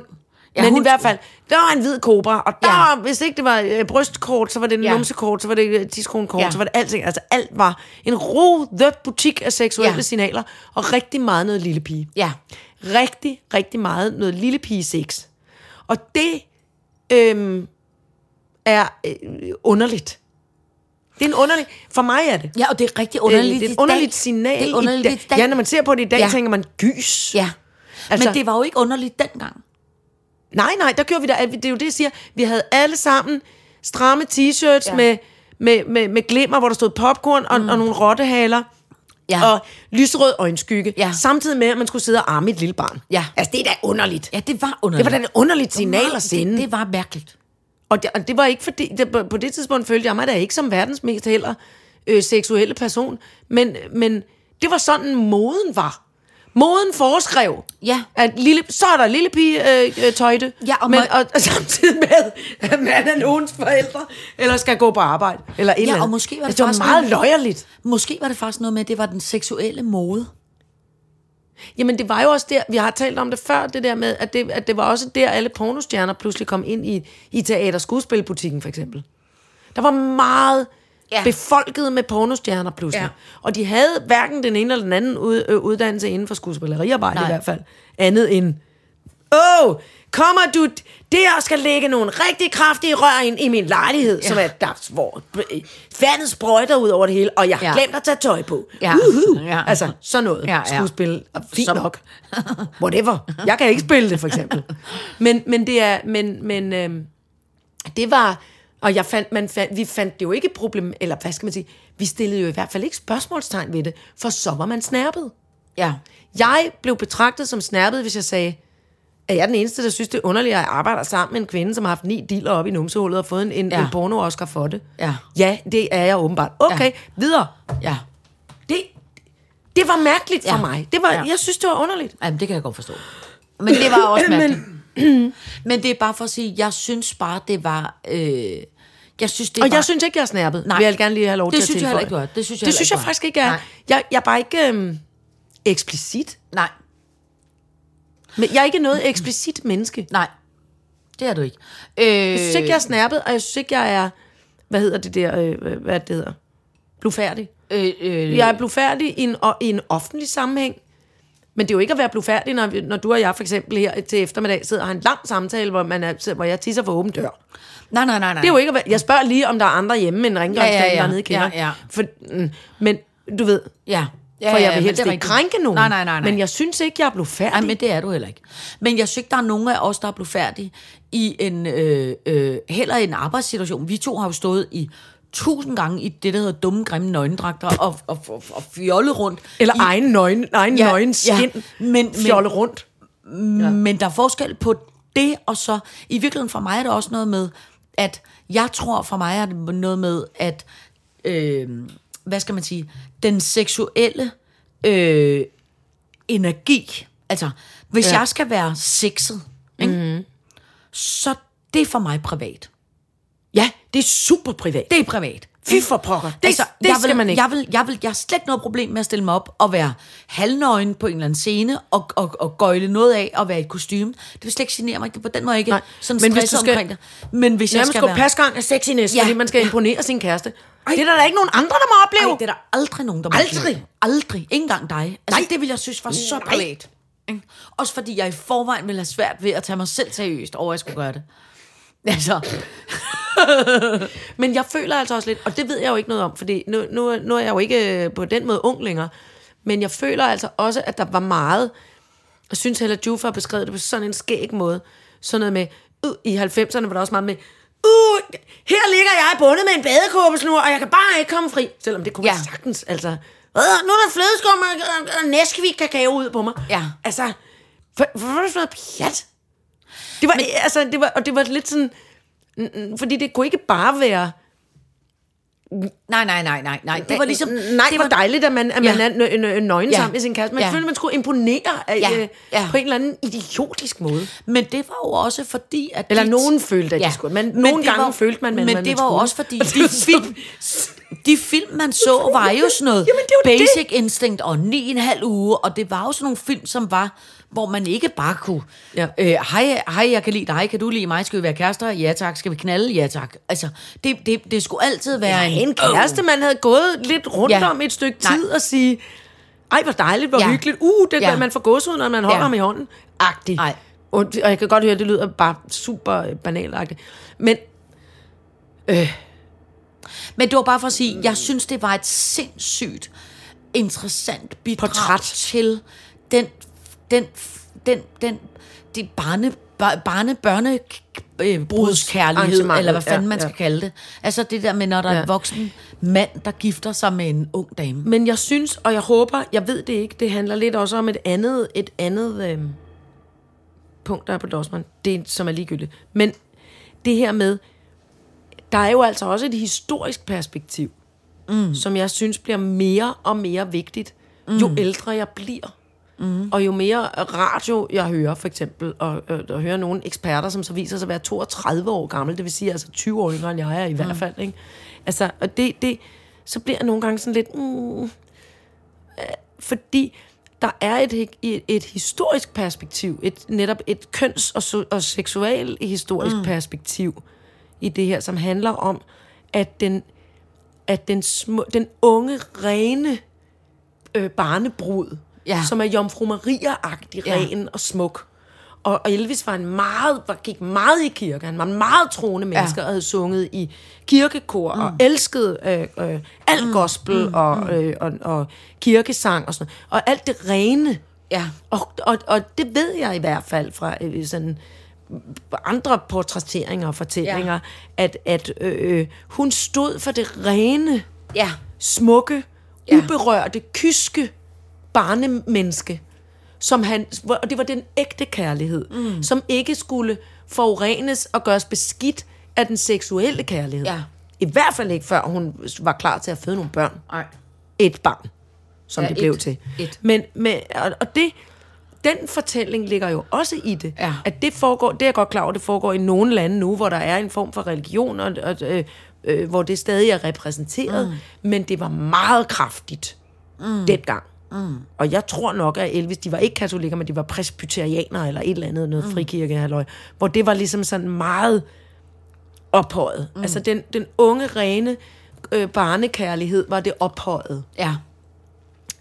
[SPEAKER 4] Ja,
[SPEAKER 3] ja, men
[SPEAKER 4] hun-
[SPEAKER 3] i hvert fald, der var en hvid kobra, og der,
[SPEAKER 4] Ja.
[SPEAKER 3] ja. hvis ikke det var øh, brystkort, så var det en
[SPEAKER 4] Ja.
[SPEAKER 3] ja. numsekort, så var det øh, tidskronekort,
[SPEAKER 4] Ja.
[SPEAKER 3] ja. så var det alting. Altså alt var en rodet butik af seksuelle
[SPEAKER 4] Ja.
[SPEAKER 3] ja. signaler, og rigtig meget noget lille pige.
[SPEAKER 4] Ja.
[SPEAKER 3] Rigtig, rigtig meget noget lille pige sex. Og det øhm, er øh, underligt. Det er en underlig... For mig er det.
[SPEAKER 4] Ja, og det er rigtig underligt.
[SPEAKER 3] Øh, det er
[SPEAKER 4] i
[SPEAKER 3] et
[SPEAKER 4] dag.
[SPEAKER 3] underligt signal.
[SPEAKER 4] Det er
[SPEAKER 3] i dag.
[SPEAKER 4] underligt i dag.
[SPEAKER 3] Ja, når man ser på det i dag,
[SPEAKER 4] Ja.
[SPEAKER 3] ja. tænker man, gys.
[SPEAKER 4] Ja. Altså,
[SPEAKER 3] Altså-
[SPEAKER 4] men det var jo ikke underligt dengang.
[SPEAKER 3] Nej, nej, der gjorde vi da alt. Det er jo det, jeg siger. Vi havde alle sammen stramme t-shirts
[SPEAKER 4] Ja.
[SPEAKER 3] ja. med, med, med, med glimmer, hvor der stod popcorn og, mm. og nogle rottehaler.
[SPEAKER 4] Ja.
[SPEAKER 3] Og lyserød øjenskygge.
[SPEAKER 4] Ja.
[SPEAKER 3] Samtidig med, at man skulle sidde og arme et lille barn.
[SPEAKER 4] Ja.
[SPEAKER 3] Altså, det er da underligt.
[SPEAKER 4] Ja, det var underligt.
[SPEAKER 3] Det var da et underligt signal at sende.
[SPEAKER 4] Det, det var mærkeligt.
[SPEAKER 3] Og det, og det var ikke fordi, det, på- på det tidspunkt følte jeg mig da ikke som verdens mest heller øh, seksuelle person, men, men det var sådan, moden var. Moden foreskrev,
[SPEAKER 4] Ja.
[SPEAKER 3] at lille, så er der lille pige øh, øh, tøjte,
[SPEAKER 4] Ja, og
[SPEAKER 3] men,
[SPEAKER 4] må-
[SPEAKER 3] og, og samtidig med, at man er nogens forældre, eller skal gå på arbejde, eller et eller andet.
[SPEAKER 4] og måske var det
[SPEAKER 3] altså, det
[SPEAKER 4] faktisk
[SPEAKER 3] var meget
[SPEAKER 4] noget-
[SPEAKER 3] løjerligt.
[SPEAKER 4] Måske var det faktisk noget med, at det var den seksuelle mode.
[SPEAKER 3] Jamen, det var jo også der, vi har talt om det før, det der med, at det, at det var også der, alle pornostjerner pludselig kom ind i, i teater-skuespilbutikken, for eksempel. Der var meget
[SPEAKER 4] Ja.
[SPEAKER 3] ja. befolket med pornostjerner pludselig.
[SPEAKER 4] Ja.
[SPEAKER 3] Ja. Og de havde hverken den ene eller den anden ud, øh, uddannelse inden for skuespilleriarbejde
[SPEAKER 4] Nej.
[SPEAKER 3] i hvert fald. Andet end, åh, oh, kommer du d- der og skal lægge nogle rigtig kraftige rør ind i min lejlighed, ja. som er der, hvor øh, vandet sprøjter ud over det hele, og jeg har
[SPEAKER 4] Ja.
[SPEAKER 3] ja. glemt at tage tøj på.
[SPEAKER 4] Ja.
[SPEAKER 3] Uhuh.
[SPEAKER 4] Ja.
[SPEAKER 3] Altså, sådan noget
[SPEAKER 4] Ja,
[SPEAKER 3] ja,
[SPEAKER 4] ja.
[SPEAKER 3] ja. skuespil. Og Fint
[SPEAKER 4] Som-
[SPEAKER 3] nok. Whatever. Jeg kan ikke spille det, for eksempel. Men, men det er... Men, men øhm, det var... Og jeg fandt, man fandt, vi fandt det jo ikke problem... Eller hvad skal man sige? Vi stillede jo i hvert fald ikke spørgsmålstegn ved det, for så var man snærpet.
[SPEAKER 4] Ja.
[SPEAKER 3] Jeg blev betragtet som snærpet, hvis jeg sagde, at jeg er den eneste, der synes, det er underligt, at jeg arbejder sammen med en kvinde, som har haft ni dealer op i numsehullet og fået en, en,
[SPEAKER 4] Ja.
[SPEAKER 3] ja. en porno-Oscar for det.
[SPEAKER 4] Ja.
[SPEAKER 3] ja, det er jeg åbenbart. Okay,
[SPEAKER 4] Ja.
[SPEAKER 3] ja. videre
[SPEAKER 4] Ja.
[SPEAKER 3] det, det var mærkeligt for
[SPEAKER 4] Ja.
[SPEAKER 3] mig. Det var,
[SPEAKER 4] Ja.
[SPEAKER 3] ja. Jeg synes, det var underligt.
[SPEAKER 4] Jamen, det kan jeg godt forstå. Men det var også mærkeligt. men, men det er bare for at sige, jeg synes bare, det var... Øh, jeg synes, det
[SPEAKER 3] Og
[SPEAKER 4] var...
[SPEAKER 3] jeg synes ikke, jeg er snærpet. Nej. Vil jeg gerne lige have lov
[SPEAKER 4] Det
[SPEAKER 3] til
[SPEAKER 4] synes
[SPEAKER 3] at
[SPEAKER 4] jeg heller
[SPEAKER 3] tilføje.
[SPEAKER 4] ikke, du er. Det synes jeg
[SPEAKER 3] det
[SPEAKER 4] heller
[SPEAKER 3] synes
[SPEAKER 4] ikke,
[SPEAKER 3] jeg
[SPEAKER 4] du er.
[SPEAKER 3] faktisk ikke er.
[SPEAKER 4] Nej.
[SPEAKER 3] Jeg, jeg er bare ikke øhm, eksplicit.
[SPEAKER 4] Nej,
[SPEAKER 3] Men jeg er ikke noget eksplicit menneske.
[SPEAKER 4] nej. Det er du ikke. Øh,
[SPEAKER 3] Jeg synes ikke, jeg er snærpet, og jeg synes ikke, jeg er... Hvad hedder det der? Øh, øh, hvad det hedder? Blufærdig.
[SPEAKER 4] øh, øh,
[SPEAKER 3] Jeg er blufærdig i en, og, i en offentlig sammenhæng. Men det er jo ikke at være blufærdig, når, vi- når du og jeg for eksempel her til eftermiddag sidder og har en lang samtale, hvor, man er, hvor jeg tisser for åben dør.
[SPEAKER 4] Nej, nej, nej, nej.
[SPEAKER 3] Det er jo ikke, at være- jeg spørger lige, om der er andre hjemme end rengøringsdagen ja,
[SPEAKER 4] Ja, ja,
[SPEAKER 3] ja,
[SPEAKER 4] ja.
[SPEAKER 3] dernede i kælderen.
[SPEAKER 4] Ja, ja.
[SPEAKER 3] For, mm, men du ved,
[SPEAKER 4] Ja. ja
[SPEAKER 3] for
[SPEAKER 4] ja,
[SPEAKER 3] jeg vil
[SPEAKER 4] men
[SPEAKER 3] helst
[SPEAKER 4] det er
[SPEAKER 3] ikke
[SPEAKER 4] rigtigt.
[SPEAKER 3] krænke nogen.
[SPEAKER 4] Nej, nej, nej, nej.
[SPEAKER 3] Men jeg synes ikke, jeg blev
[SPEAKER 4] Nej,
[SPEAKER 3] færdig.
[SPEAKER 4] men det er du heller ikke. Men jeg synes ikke, der er nogen af os, der er blevet færdige i en, øh, øh, heller i en arbejdssituation. Vi to har jo stået i tusind gange i det, der hedder dumme, grimme nøgendragter og, og, og, og fjolle rundt.
[SPEAKER 3] Eller
[SPEAKER 4] i,
[SPEAKER 3] egen nøgen, egen
[SPEAKER 4] Ja,
[SPEAKER 3] ja, nøgen skin
[SPEAKER 4] ja,
[SPEAKER 3] ja,
[SPEAKER 4] men- men-
[SPEAKER 3] fjolle rundt.
[SPEAKER 4] ja. Men der er forskel på det, og så i virkeligheden for mig er der også noget med, at jeg tror for mig er det noget med, at øh, hvad skal man sige, den seksuelle øh, energi, altså hvis ja. jeg skal være sexet, ikke?
[SPEAKER 3] Mhm.
[SPEAKER 4] Mm-hmm. så det er for mig privat.
[SPEAKER 3] Ja, det er super privat.
[SPEAKER 4] Det er privat.
[SPEAKER 3] Fy for pokker. Det, altså, det
[SPEAKER 4] jeg
[SPEAKER 3] skal
[SPEAKER 4] vil,
[SPEAKER 3] man ikke.
[SPEAKER 4] Jeg, vil, jeg, vil, jeg har slet ikke noget problem med at stille mig op og være halvnøgen på en eller anden scene og, og, og gøjle noget af og være i et kostume. Det vil slet ikke genere mig. Det er på den måde ikke
[SPEAKER 3] Nej,
[SPEAKER 4] sådan
[SPEAKER 3] men hvis du
[SPEAKER 4] stresset
[SPEAKER 3] skal-
[SPEAKER 4] omkring det. Men hvis jeg
[SPEAKER 3] Nærmest
[SPEAKER 4] skal
[SPEAKER 3] gå
[SPEAKER 4] være...
[SPEAKER 3] pasgang af sexiness,
[SPEAKER 4] Ja.
[SPEAKER 3] ja. fordi man skal imponere sin kæreste. Ej. Det er der da ikke nogen andre, der må opleve.
[SPEAKER 4] Ej, det er der aldrig nogen, der må
[SPEAKER 3] Aldrig.
[SPEAKER 4] opleve. Aldrig. Ikke engang dig. Altså, Nej.
[SPEAKER 3] Nej.
[SPEAKER 4] det vil jeg synes var så
[SPEAKER 3] Nej.
[SPEAKER 4] privat. Ikke? Også fordi jeg i forvejen ville have svært ved at tage mig selv seriøst over, at jeg skulle gøre det. Altså,
[SPEAKER 3] Men jeg føler altså også lidt, og det ved jeg jo ikke noget om, fordi nu, nu, nu er jeg jo ikke øh, på den måde ung længere, men jeg føler altså også, at der var meget, jeg synes heller, at Jufa har beskrevet det på sådan en skæg måde, sådan noget med, uh, i 90'erne var der også meget med, uh, her ligger jeg bundet med en badekåbesnur, og jeg kan bare ikke komme fri, selvom det kunne ja.
[SPEAKER 4] Ja.
[SPEAKER 3] man sagtens, altså, "Øh, nu er der flødeskum og, og, og Nesquik kakao ud på mig.
[SPEAKER 4] Ja.
[SPEAKER 3] Altså, hvor, hvor var det for noget pjat? Det var, Men, altså, det var, og det var lidt sådan, mm, mm, fordi det kunne ikke bare være,
[SPEAKER 4] Nej, nej, nej, nej, nej. Det var ligesom...
[SPEAKER 3] nej, det var dejligt, at man, at man er
[SPEAKER 4] Ja.
[SPEAKER 3] nø- nø- nøgen
[SPEAKER 4] Ja.
[SPEAKER 3] sammen med sin kæreste. Man
[SPEAKER 4] Ja.
[SPEAKER 3] ja. følte, man skulle imponere af,
[SPEAKER 4] Ja.
[SPEAKER 3] ja.
[SPEAKER 4] Ja.
[SPEAKER 3] Ja. på en eller anden idiotisk måde.
[SPEAKER 4] Men det var jo også fordi, at...
[SPEAKER 3] Eller
[SPEAKER 4] de-
[SPEAKER 3] nogen følte, at de skulle. Men nogle
[SPEAKER 4] det
[SPEAKER 3] gange følte man, man-
[SPEAKER 4] Men
[SPEAKER 3] man- man
[SPEAKER 4] det var jo
[SPEAKER 3] skulle.
[SPEAKER 4] også fordi,
[SPEAKER 3] Og det var
[SPEAKER 4] de
[SPEAKER 3] så-
[SPEAKER 4] film, de film, man så, var jo sådan
[SPEAKER 3] Jamen,
[SPEAKER 4] noget
[SPEAKER 3] det er jo det.
[SPEAKER 4] Basic Instinct og 9,5 uge, og det var jo sådan nogle film, som var, hvor man ikke bare kunne,
[SPEAKER 3] Ja.
[SPEAKER 4] øh, hej, hej, jeg kan lide dig, kan du lide mig, skal vi være kærester? Ja tak, skal vi knalde? Ja tak. Altså, det, det, det skulle altid være
[SPEAKER 3] Ja, en kæreste, man havde gået lidt rundt
[SPEAKER 4] Ja.
[SPEAKER 3] ja. om et stykke
[SPEAKER 4] Nej.
[SPEAKER 3] tid og sige, ej, hvor dejligt, hvor
[SPEAKER 4] Ja.
[SPEAKER 3] ja. hyggeligt. Uh, det
[SPEAKER 4] Ja.
[SPEAKER 3] ja. man får gåsehud, når man holder
[SPEAKER 4] Ja.
[SPEAKER 3] ja. ham i hånden. Agtigt.
[SPEAKER 4] Nej.
[SPEAKER 3] Og, og jeg kan godt høre, at det lyder bare super øh, banalagtigt. Men
[SPEAKER 4] Men det var bare for at sige, jeg synes, det var et sindssygt interessant bidrag
[SPEAKER 3] Portræt.
[SPEAKER 4] til den, den, den, den, det barne, bar- barne, børne, øh, brudskærlighed,
[SPEAKER 3] Arrangementet,
[SPEAKER 4] eller hvad fanden
[SPEAKER 3] ja,
[SPEAKER 4] man skal
[SPEAKER 3] ja.
[SPEAKER 4] kalde det. Altså det der med, når der er
[SPEAKER 3] Ja.
[SPEAKER 4] en voksen mand, der gifter sig med en ung dame.
[SPEAKER 3] Men jeg synes, og jeg håber, jeg ved det ikke, det handler lidt også om et andet, et andet øh, punkt, der er på Dossmann, det er- som er ligegyldigt. Men det her med, der er jo altså også et historisk perspektiv, mm. som jeg synes bliver mere og mere vigtigt, jo ældre jeg bliver. Mm. Og jo mere radio jeg hører, for eksempel, og, øh, og hører nogle eksperter, som så viser sig at være 32 år gammel, det vil sige altså 20 år yngre end jeg er i hvert fald, ikke? Altså, og det, det, så bliver jeg nogle gange sådan lidt, mm, øh, fordi der er et, hi- et, et historisk perspektiv, et, netop et køns- og, so- og seksuel historisk mm. perspektiv i det her, som handler om, at den, at den, små, den unge, rene øh, barnebrud,
[SPEAKER 4] Ja.
[SPEAKER 3] ja. som er jomfru Maria-agtig,
[SPEAKER 4] Ja.
[SPEAKER 3] ja. ren og smuk. Og, og Elvis var en meget, var, gik meget i kirke. Han var en meget troende menneske,
[SPEAKER 4] Ja.
[SPEAKER 3] ja. og havde sunget i kirkekor, mm. og elskede øh, øh, alt mm. gospel mm. Og, øh, og, og kirkesang og sådan noget. Og alt det rene.
[SPEAKER 4] Ja.
[SPEAKER 3] Og, og, og det ved jeg i hvert fald fra øh, sådan andre portrætteringer og fortællinger, ja. at, at øh, øh, hun stod for det rene,
[SPEAKER 4] Ja.
[SPEAKER 3] smukke,
[SPEAKER 4] Ja.
[SPEAKER 3] ja. uberørte, kyske barnemenneske, som han, hvor- og det var den ægte kærlighed, mm. som ikke skulle forurenes og gøres beskidt af den seksuelle kærlighed.
[SPEAKER 4] Ja.
[SPEAKER 3] I hvert fald ikke, før hun var klar til at føde nogle børn
[SPEAKER 4] Ej.
[SPEAKER 3] et barn, som
[SPEAKER 4] Ja,
[SPEAKER 3] ja, det blev
[SPEAKER 4] et.
[SPEAKER 3] til.
[SPEAKER 4] Et.
[SPEAKER 3] Men, men, og, og det, den fortælling ligger jo også i det,
[SPEAKER 4] Ja.
[SPEAKER 3] at det foregår, det er jeg godt klar over, det foregår i nogle lande nu, hvor der er en form for religion, og, og, øh, øh, hvor det stadig er repræsenteret, mm. men det var meget kraftigt mm. dengang. Mm. Og jeg tror nok, at Elvis, de var ikke katolikker, men de var presbyterianere eller et eller andet, noget mm. frikirkehalløj, hvor det var ligesom sådan meget ophøjet. Mm. Altså den, den unge, rene øh, barnekærlighed var det ophøjet.
[SPEAKER 4] Ja.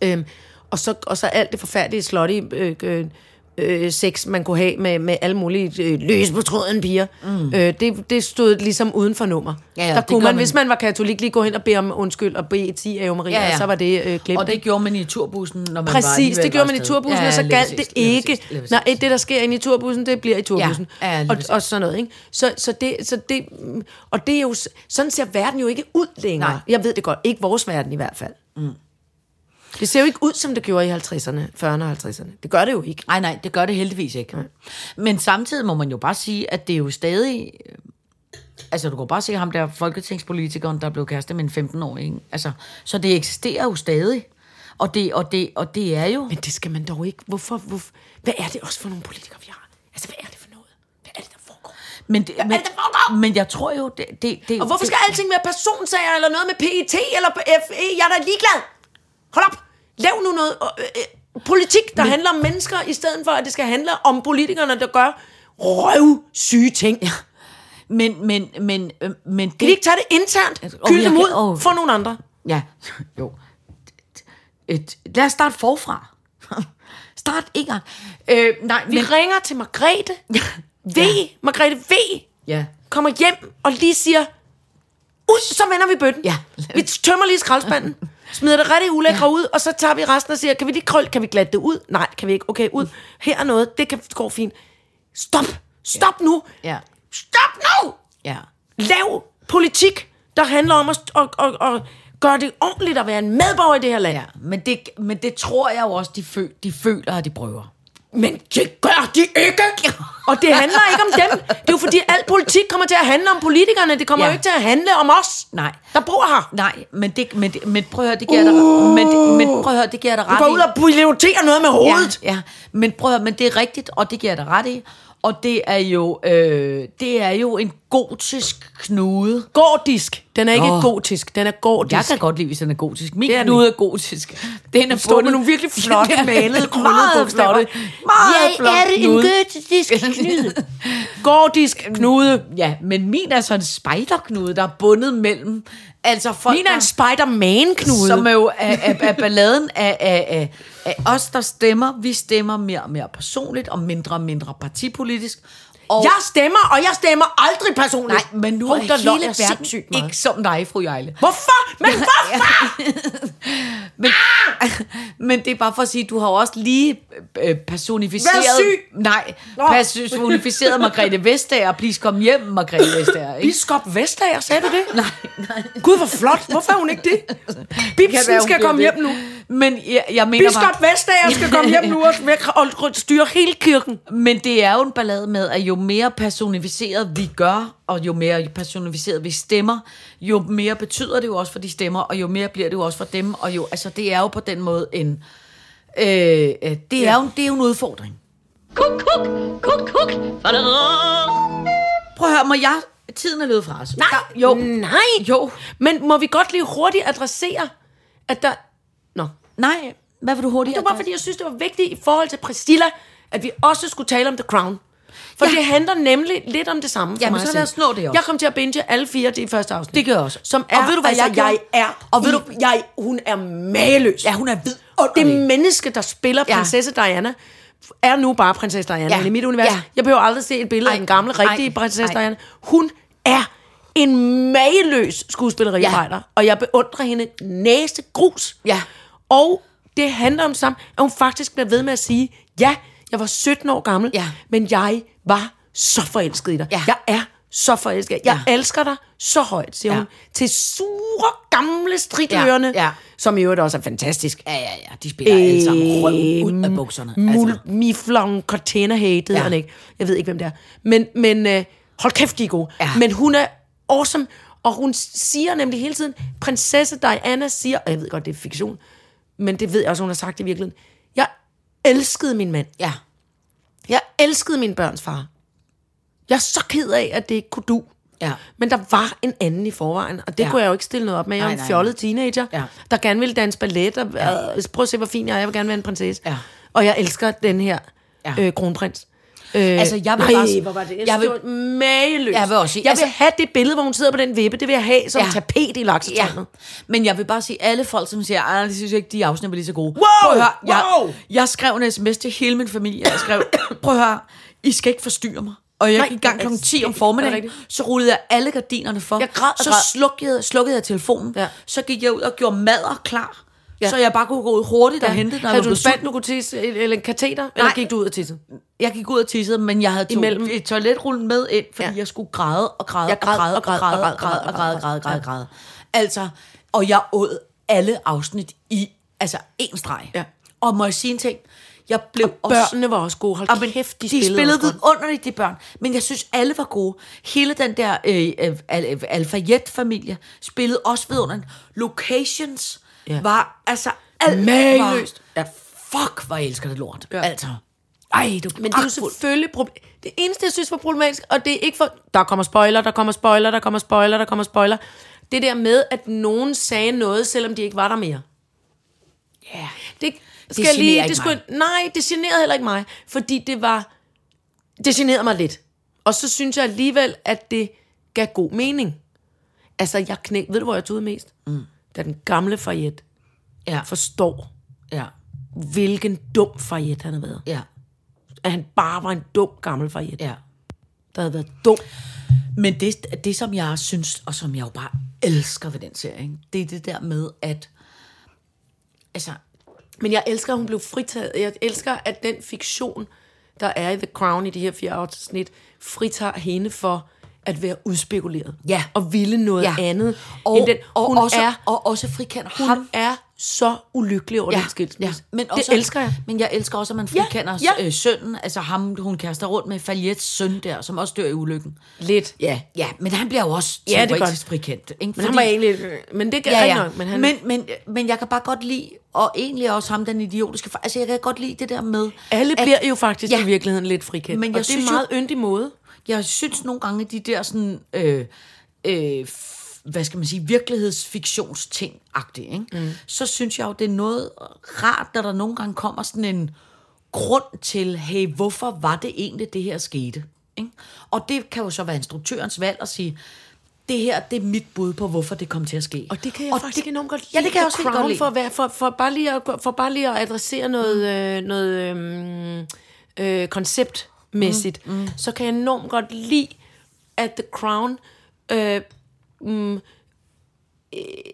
[SPEAKER 3] Øhm, og, så, og så alt det forfærdelige slottige øh, øh, øh, sex, man kunne have med, med alle mulige øh, løs på tråden piger, mm. øh, det, det stod ligesom uden for nummer.
[SPEAKER 4] Ja, ja,
[SPEAKER 3] der
[SPEAKER 4] det
[SPEAKER 3] kunne
[SPEAKER 4] gør
[SPEAKER 3] man,
[SPEAKER 4] man.
[SPEAKER 3] hvis man var katolik, lige gå hen og bede om undskyld og bede 10 af Maria,
[SPEAKER 4] Ja,
[SPEAKER 3] ja,
[SPEAKER 4] ja.
[SPEAKER 3] ja. og så var det øh, glemt.
[SPEAKER 4] Og det gjorde man i turbussen, når man var
[SPEAKER 3] Præcis,
[SPEAKER 4] alligevel
[SPEAKER 3] det gjorde
[SPEAKER 4] var
[SPEAKER 3] man i
[SPEAKER 4] afsted.
[SPEAKER 3] turbussen, ja, og så
[SPEAKER 4] lige
[SPEAKER 3] galt
[SPEAKER 4] præcis,
[SPEAKER 3] det
[SPEAKER 4] lige
[SPEAKER 3] ikke.
[SPEAKER 4] præcis, lige præcis.
[SPEAKER 3] Nej, det der sker inde i turbussen, det bliver i turbussen.
[SPEAKER 4] Ja, ja, lige
[SPEAKER 3] og,
[SPEAKER 4] præcis.
[SPEAKER 3] og sådan noget, ikke? Så, så, det, så det, mm, og det er jo, s- sådan ser verden jo ikke ud længere.
[SPEAKER 4] Nej.
[SPEAKER 3] Nej. Jeg ved det godt, ikke vores verden i hvert fald. Mm. Det ser jo ikke ud, som det gjorde i 50'erne, 40'erne og 50'erne. Det gør det jo ikke.
[SPEAKER 4] Nej, nej, det gør det heldigvis ikke. Men samtidig må man jo bare sige, at det er jo stadig... øh, Altså, du kan jo bare se ham der folketingspolitikeren, der blev kæreste med en 15-årig. ikke? Altså, så det eksisterer jo stadig. Og det, og det, og det er jo...
[SPEAKER 3] Men det skal man dog ikke. Hvorfor, hvorfor? Hvad er det også for nogle politikere, vi har? Altså, hvad er det for noget? Hvad er det, der foregår?
[SPEAKER 4] Men, det, men,
[SPEAKER 3] det, der foregår?
[SPEAKER 4] men jeg tror jo, det... det, det
[SPEAKER 3] Og hvorfor skal
[SPEAKER 4] det,
[SPEAKER 3] alting være personsager, eller noget med PET, eller FE? Jeg er da ligeglad. Hold op. Lav nu noget øh, øh, politik, der Men... handler om mennesker, i stedet for, at det skal handle om politikerne, der gør røvsyge ting. Ja.
[SPEAKER 4] Men, men, men, øh, men
[SPEAKER 3] Kan
[SPEAKER 4] det...
[SPEAKER 3] de ikke tage det internt?
[SPEAKER 4] Altså, Åh,
[SPEAKER 3] Kyl
[SPEAKER 4] jeg
[SPEAKER 3] dem
[SPEAKER 4] kan-
[SPEAKER 3] ud.
[SPEAKER 4] åh.
[SPEAKER 3] Få nogle andre.
[SPEAKER 4] Ja, jo. Et, lad os starte forfra. Start ikke. Øh, nej,
[SPEAKER 3] Vi men... ringer til Margrethe V. Margrethe V.
[SPEAKER 4] Ja,
[SPEAKER 3] kommer hjem og lige siger, ud, så vender vi bøtten.
[SPEAKER 4] Ja.
[SPEAKER 3] Vi tømmer lige skraldespanden, smider det rigtig ulækre ja. ud, og så tager vi resten og siger, kan vi lige krølle, kan vi glatte det ud? Nej, kan vi ikke. Okay, ud. Her er noget, det kan gå fint. Stop! Stop ja. nu!
[SPEAKER 4] Ja.
[SPEAKER 3] Stop nu!
[SPEAKER 4] Ja.
[SPEAKER 3] Lav politik, der handler om at, at, at, at gøre det ordentligt at være en medborger i det her land. Ja.
[SPEAKER 4] ja. Men, det, men det tror jeg jo også, de, føl, de føler, og de prøver.
[SPEAKER 3] Men det gør de ikke! Og det handler ikke om dem. Det er jo fordi, al politik kommer til at handle om politikerne. Det kommer
[SPEAKER 4] Ja.
[SPEAKER 3] ja. jo ikke til at handle om os,
[SPEAKER 4] Nej.
[SPEAKER 3] der bor her.
[SPEAKER 4] Nej, men, det, men, det- men prøv at høre, det giver uh, dig, men, men prøv at høre, det giver dig ret
[SPEAKER 3] Du går
[SPEAKER 4] i.
[SPEAKER 3] ud og piloterer noget med hovedet.
[SPEAKER 4] Ja, ja. Men prøv at, høre, men det er rigtigt, og det giver jeg dig ret i. Og det er jo, øh, det er jo en gotisk knude.
[SPEAKER 3] Gordisk. Den er ikke
[SPEAKER 4] Nå.
[SPEAKER 3] gotisk, den er gordisk.
[SPEAKER 4] Jeg kan godt lide, hvis den er gotisk. Min
[SPEAKER 3] Det er den
[SPEAKER 4] knude er gotisk. Den er
[SPEAKER 3] står med
[SPEAKER 4] bundet-
[SPEAKER 3] nogle virkelig flotte,
[SPEAKER 4] Den er
[SPEAKER 3] malede, krøllede
[SPEAKER 4] meget
[SPEAKER 3] bogstaver.
[SPEAKER 4] flotte.
[SPEAKER 3] Jeg
[SPEAKER 4] Meget flot
[SPEAKER 3] er en
[SPEAKER 4] knude.
[SPEAKER 3] Gordisk knude.
[SPEAKER 4] Ja, men min er så en spiderknude, der er bundet mellem... Altså folk,
[SPEAKER 3] Min er en
[SPEAKER 4] der-
[SPEAKER 3] Spider-Man-knude.
[SPEAKER 4] Som er jo af, af, af balladen af, af, af, af os, der stemmer. Vi stemmer mere og mere personligt, og mindre og mindre partipolitisk. Og
[SPEAKER 3] Jeg stemmer, og jeg stemmer aldrig personligt.
[SPEAKER 4] Nej, men nu
[SPEAKER 3] Hov,
[SPEAKER 4] er
[SPEAKER 3] der løg
[SPEAKER 4] hele
[SPEAKER 3] jeg
[SPEAKER 4] verden
[SPEAKER 3] sindssygt meget.
[SPEAKER 4] ikke som dig, fru Jejle.
[SPEAKER 3] Hvorfor? Men hvorfor?
[SPEAKER 4] Men, men det er bare for at sige, du har jo også lige øh, personificeret...
[SPEAKER 3] Været syg?
[SPEAKER 4] Nej,
[SPEAKER 3] Nå.
[SPEAKER 4] personificeret Margrethe Vestager. Please kom hjem, Margrethe Vestager. Ikke?
[SPEAKER 3] Biskop Vestager, sagde du det? Nej, nej. Gud, hvor flot. Hvorfor er hun ikke det? Bibsen
[SPEAKER 4] være, hun
[SPEAKER 3] skal
[SPEAKER 4] bliver
[SPEAKER 3] komme
[SPEAKER 4] det.
[SPEAKER 3] hjem nu.
[SPEAKER 4] Men jeg, jeg mener bare...
[SPEAKER 3] Biskop Vestager skal komme hjem nu og, og- og styre hele kirken.
[SPEAKER 4] Men det er jo en ballade med, at jo mere personificeret vi gør, og jo mere personificeret vi stemmer, jo mere betyder det jo også for de stemmer, og jo mere bliver det jo også for dem. Og jo, altså, det er jo på den måde en... Øh, øh, det, er jo, det er jo en udfordring.
[SPEAKER 2] Kuk, kuk, kuk, kuk.
[SPEAKER 4] Prøv at høre, må jeg... Tiden er løbet fra os.
[SPEAKER 3] Nej.
[SPEAKER 4] Der, jo.
[SPEAKER 3] Nej.
[SPEAKER 4] Jo.
[SPEAKER 3] Men må vi godt lige hurtigt adressere, at der... Nå.
[SPEAKER 4] Nej. Hvad vil du hurtigt?
[SPEAKER 3] Det var bare fordi, jeg synes, det var vigtigt i forhold til Priscilla, at vi også skulle tale om The Crown. For ja. det handler nemlig lidt om det samme for
[SPEAKER 4] Jamen,
[SPEAKER 3] mig
[SPEAKER 4] så
[SPEAKER 3] at
[SPEAKER 4] lad
[SPEAKER 3] se.
[SPEAKER 4] os nå det også.
[SPEAKER 3] Jeg kom til at binge alle fire af de første afsnit.
[SPEAKER 4] Det gør jeg også.
[SPEAKER 3] Som er,
[SPEAKER 4] Og ved du, hvad
[SPEAKER 3] altså,
[SPEAKER 4] jeg gjorde?
[SPEAKER 3] er
[SPEAKER 4] Og ved
[SPEAKER 3] i-
[SPEAKER 4] du-
[SPEAKER 3] jeg, hun er mageløs.
[SPEAKER 4] Ja, hun er
[SPEAKER 3] Og det
[SPEAKER 4] vidunderlig.
[SPEAKER 3] menneske, der spiller
[SPEAKER 4] Ja.
[SPEAKER 3] prinsesse Diana, er nu bare prinsesse Diana
[SPEAKER 4] Ja.
[SPEAKER 3] ja. i mit univers.
[SPEAKER 4] Ja.
[SPEAKER 3] Ja. Jeg behøver aldrig se et billede
[SPEAKER 4] Ej.
[SPEAKER 3] af den gamle, rigtige
[SPEAKER 4] Ej.
[SPEAKER 3] prinsesse
[SPEAKER 4] Ej.
[SPEAKER 3] Diana. Hun er en mageløs skuespilleriarbejder, ja. og jeg beundrer hende næste grus.
[SPEAKER 4] Ja.
[SPEAKER 3] Og det handler om sammen, at hun faktisk bliver ved med at sige, ja, jeg var 17 år gammel,
[SPEAKER 4] Ja.
[SPEAKER 3] men jeg var så forelsket i dig.
[SPEAKER 4] Ja.
[SPEAKER 3] Jeg er så forelsket. Jeg
[SPEAKER 4] Ja.
[SPEAKER 3] ja. elsker dig så højt, siger
[SPEAKER 4] Ja.
[SPEAKER 3] ja. hun, til sure, gamle stridørende,
[SPEAKER 4] Ja. Ja.
[SPEAKER 3] som i øvrigt også er fantastisk.
[SPEAKER 4] Ja, ja, ja. De spiller alle sammen røv ud af bukserne.
[SPEAKER 3] Øh, Øhm, Mul, altså. Miflon Cortana hed,
[SPEAKER 4] Ja.
[SPEAKER 3] ja. han ikke. Jeg ved ikke, hvem det er. Men, men øh, hold kæft, de er gode.
[SPEAKER 4] Ja.
[SPEAKER 3] Ja. Men hun er awesome, og hun siger nemlig hele tiden, prinsesse Diana siger, og jeg ved godt, det er fiktion, men det ved jeg også, hun har sagt i virkeligheden, jeg elskede min mand.
[SPEAKER 4] Ja.
[SPEAKER 3] Jeg elskede min børns far. Jeg er så ked af, at det ikke kunne du.
[SPEAKER 4] Ja.
[SPEAKER 3] Men der var en anden i forvejen, og det
[SPEAKER 4] Ja.
[SPEAKER 3] ja. kunne jeg jo ikke stille noget op med. Jeg er
[SPEAKER 4] Nej,
[SPEAKER 3] en
[SPEAKER 4] nej,
[SPEAKER 3] fjollet teenager,
[SPEAKER 4] Ja.
[SPEAKER 3] der gerne vil danse ballet, og øh, prøv at se, hvor fin jeg er, jeg vil gerne være en prinsesse.
[SPEAKER 4] Ja.
[SPEAKER 3] Og jeg elsker den her
[SPEAKER 4] Ja.
[SPEAKER 3] øh, kronprins. Øh,
[SPEAKER 4] Altså, jeg vil
[SPEAKER 3] nej,
[SPEAKER 4] bare-
[SPEAKER 3] hvor var det,
[SPEAKER 4] jeg
[SPEAKER 3] jeg
[SPEAKER 4] vil-
[SPEAKER 3] vil, mageløst.
[SPEAKER 4] Jeg vil også sige,
[SPEAKER 3] jeg vil
[SPEAKER 4] altså-
[SPEAKER 3] have det billede, hvor hun sidder på den vippe, det vil jeg have som
[SPEAKER 4] Ja.
[SPEAKER 3] ja. tapet i
[SPEAKER 4] Ja,
[SPEAKER 3] laksetegnet.
[SPEAKER 4] men jeg vil bare sige, alle folk, som siger, at de synes ikke, de afsnit var lige så gode.
[SPEAKER 3] Wow!
[SPEAKER 4] Prøv at høre, jeg,
[SPEAKER 3] Wow!
[SPEAKER 4] jeg skrev en sms til hele min familie, jeg skrev, prøv at høre, I skal ikke forstyrre mig. Og jeg
[SPEAKER 3] Nej,
[SPEAKER 4] gik i gang
[SPEAKER 3] det er
[SPEAKER 4] kl. 10 om
[SPEAKER 3] rigtigt. Det er
[SPEAKER 4] formiddagen,
[SPEAKER 3] rigtigt.
[SPEAKER 4] så rullede jeg alle gardinerne for.
[SPEAKER 3] Jeg græd og
[SPEAKER 4] så
[SPEAKER 3] græd.
[SPEAKER 4] slukkede, slukkede jeg telefonen,
[SPEAKER 3] Ja.
[SPEAKER 4] så gik jeg ud og gjorde mad og klar,
[SPEAKER 3] Ja.
[SPEAKER 4] så jeg bare kunne gå ud hurtigt og hente, når jeg
[SPEAKER 3] Havde
[SPEAKER 4] var
[SPEAKER 3] du en
[SPEAKER 4] blevet
[SPEAKER 3] spand,
[SPEAKER 4] sulten.
[SPEAKER 3] du kunne tisse, eller en kateter, Nej. eller gik du ud og tisse?
[SPEAKER 4] Jeg gik ud og tissede, men jeg havde to,
[SPEAKER 3] Imellem.
[SPEAKER 4] et toiletrullen med ind, fordi ja.
[SPEAKER 3] Ja.
[SPEAKER 4] jeg skulle græde og græde
[SPEAKER 3] Jeg
[SPEAKER 4] og græde og græde og græde og græde og græde og græde. græde. Altså, og jeg åd alle afsnit i, altså, én streg.
[SPEAKER 3] Ja.
[SPEAKER 4] Og må jeg sige en ting? Jeg blev også...
[SPEAKER 3] Børnene var også gode.
[SPEAKER 4] Ja,
[SPEAKER 3] Hold
[SPEAKER 4] men
[SPEAKER 3] kæft, de,
[SPEAKER 4] de spillede
[SPEAKER 3] også godt.
[SPEAKER 4] vidunderligt, de børn. Men jeg synes, alle var gode. Hele den der øh, øh, al, øh, Alfayette-familie spillede også vidunderligt. Locations ja.
[SPEAKER 3] Ja.
[SPEAKER 4] var altså alt
[SPEAKER 3] Mageløst.
[SPEAKER 4] Var, fuck, hvor jeg elsker det lort. Ja.
[SPEAKER 3] Ja.
[SPEAKER 4] Altså. Ej, du
[SPEAKER 3] Men det er jo selvfølgelig proble- det eneste, jeg synes var problematisk, og det er ikke for... Der kommer spoiler, der kommer spoiler, der kommer spoiler, der kommer spoiler. Det der med, at nogen sagde noget, selvom de ikke var der mere.
[SPEAKER 4] Ja.
[SPEAKER 3] Det, skal
[SPEAKER 4] generer
[SPEAKER 3] det lige,
[SPEAKER 4] ikke
[SPEAKER 3] det skulle, Nej, det generede heller ikke mig, fordi det var... Det generede mig lidt. Og så synes jeg alligevel, at det gav god mening. Altså, jeg knæ... Ved du, hvor jeg tog mest? Mm. Da den gamle Fayette
[SPEAKER 4] Ja.
[SPEAKER 3] forstår,
[SPEAKER 4] Ja.
[SPEAKER 3] hvilken dum Fayette han havde været.
[SPEAKER 4] Ja.
[SPEAKER 3] At han bare var en dum gammel Fayette,
[SPEAKER 4] Ja.
[SPEAKER 3] der havde været dum
[SPEAKER 4] Men det, det, som jeg synes, og som jeg jo bare elsker ved den serie, ikke? det er det der med, at... Altså,
[SPEAKER 3] Men jeg elsker, at hun blev fritaget. Jeg elsker, at den fiktion, der er i The Crown i de her fire afsnit, fritager hende for at være udspekuleret.
[SPEAKER 4] Ja.
[SPEAKER 3] Og ville noget
[SPEAKER 4] Ja.
[SPEAKER 3] ja. andet.
[SPEAKER 4] og,
[SPEAKER 3] end den.
[SPEAKER 4] og,
[SPEAKER 3] hun
[SPEAKER 4] også,
[SPEAKER 3] er,
[SPEAKER 4] og også frikender
[SPEAKER 3] hun
[SPEAKER 4] ham
[SPEAKER 3] er så ulykkelig over ja. den skilsmisse.
[SPEAKER 4] Men
[SPEAKER 3] det
[SPEAKER 4] også,
[SPEAKER 3] elsker jeg.
[SPEAKER 4] Men jeg elsker også, at man
[SPEAKER 3] Ja,
[SPEAKER 4] frikender ja,
[SPEAKER 3] ja.
[SPEAKER 4] ja. Øh, sønnen, altså ham, hun kaster rundt med Faliets søn der, som også dør i ulykken.
[SPEAKER 3] Lidt.
[SPEAKER 4] Ja, ja men han bliver jo også
[SPEAKER 3] Ja, det er godt.
[SPEAKER 4] teoretisk frikendt. Ikke?
[SPEAKER 3] Men han
[SPEAKER 4] Fordi-
[SPEAKER 3] var egentlig... Men det kan ja, ja. nok. Men han,
[SPEAKER 4] men, men, men jeg kan bare godt lide, og egentlig også ham, den idiotiske far. Altså, jeg kan godt lide det der med...
[SPEAKER 3] alle
[SPEAKER 4] at-
[SPEAKER 3] bliver jo faktisk
[SPEAKER 4] Ja.
[SPEAKER 3] ja. i virkeligheden lidt frikendt.
[SPEAKER 4] Men
[SPEAKER 3] Men jeg og
[SPEAKER 4] jeg
[SPEAKER 3] det er en
[SPEAKER 4] synes jo-
[SPEAKER 3] meget yndig måde.
[SPEAKER 4] Jeg synes nogle gange, at de der sådan... Øh, øh, f- hvad skal man sige, virkelighedsfiktionsting agtige ikke? Mm. så synes jeg jo, det er noget rart, når der nogle gange kommer sådan en grund til, hey, hvorfor var det egentlig, det her skete? Ikke? Og det kan jo så være instruktørens valg at sige, det her, det er mit bud på, hvorfor det kom til at ske.
[SPEAKER 3] Og det kan jeg og faktisk det, enormt godt lide.
[SPEAKER 4] Ja, det kan jeg også
[SPEAKER 3] The
[SPEAKER 4] vildt godt
[SPEAKER 3] Crown
[SPEAKER 4] lide.
[SPEAKER 3] For, at være, for, for, bare lige at, for bare lige at adressere noget, øh, noget øhm, øh, konceptmæssigt, mm, mm. så kan jeg enormt godt lide, at The Crown øh, mm, øh,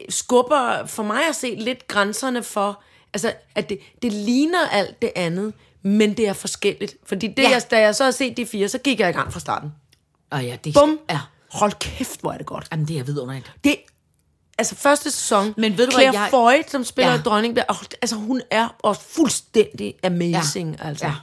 [SPEAKER 3] skubber for mig at se lidt grænserne for, altså at det, det ligner alt det andet, men det er forskelligt. Fordi det,
[SPEAKER 4] Ja.
[SPEAKER 3] ja. jeg, da jeg så har set de fire, så gik jeg i gang fra starten.
[SPEAKER 4] Og Ah, ja, det
[SPEAKER 3] Bum!
[SPEAKER 4] Ja.
[SPEAKER 3] Hold kæft, hvor er det godt.
[SPEAKER 4] Jamen, det er vidunderligt.
[SPEAKER 3] det altså første sæson,
[SPEAKER 4] Men ved du hvad,
[SPEAKER 3] Claire
[SPEAKER 4] jeg-
[SPEAKER 3] Foy, som spiller
[SPEAKER 4] Ja.
[SPEAKER 3] ja. dronning, der, oh, altså hun er også fuldstændig amazing,
[SPEAKER 4] Ja.
[SPEAKER 3] ja. altså.
[SPEAKER 4] Ja.
[SPEAKER 3] Ja.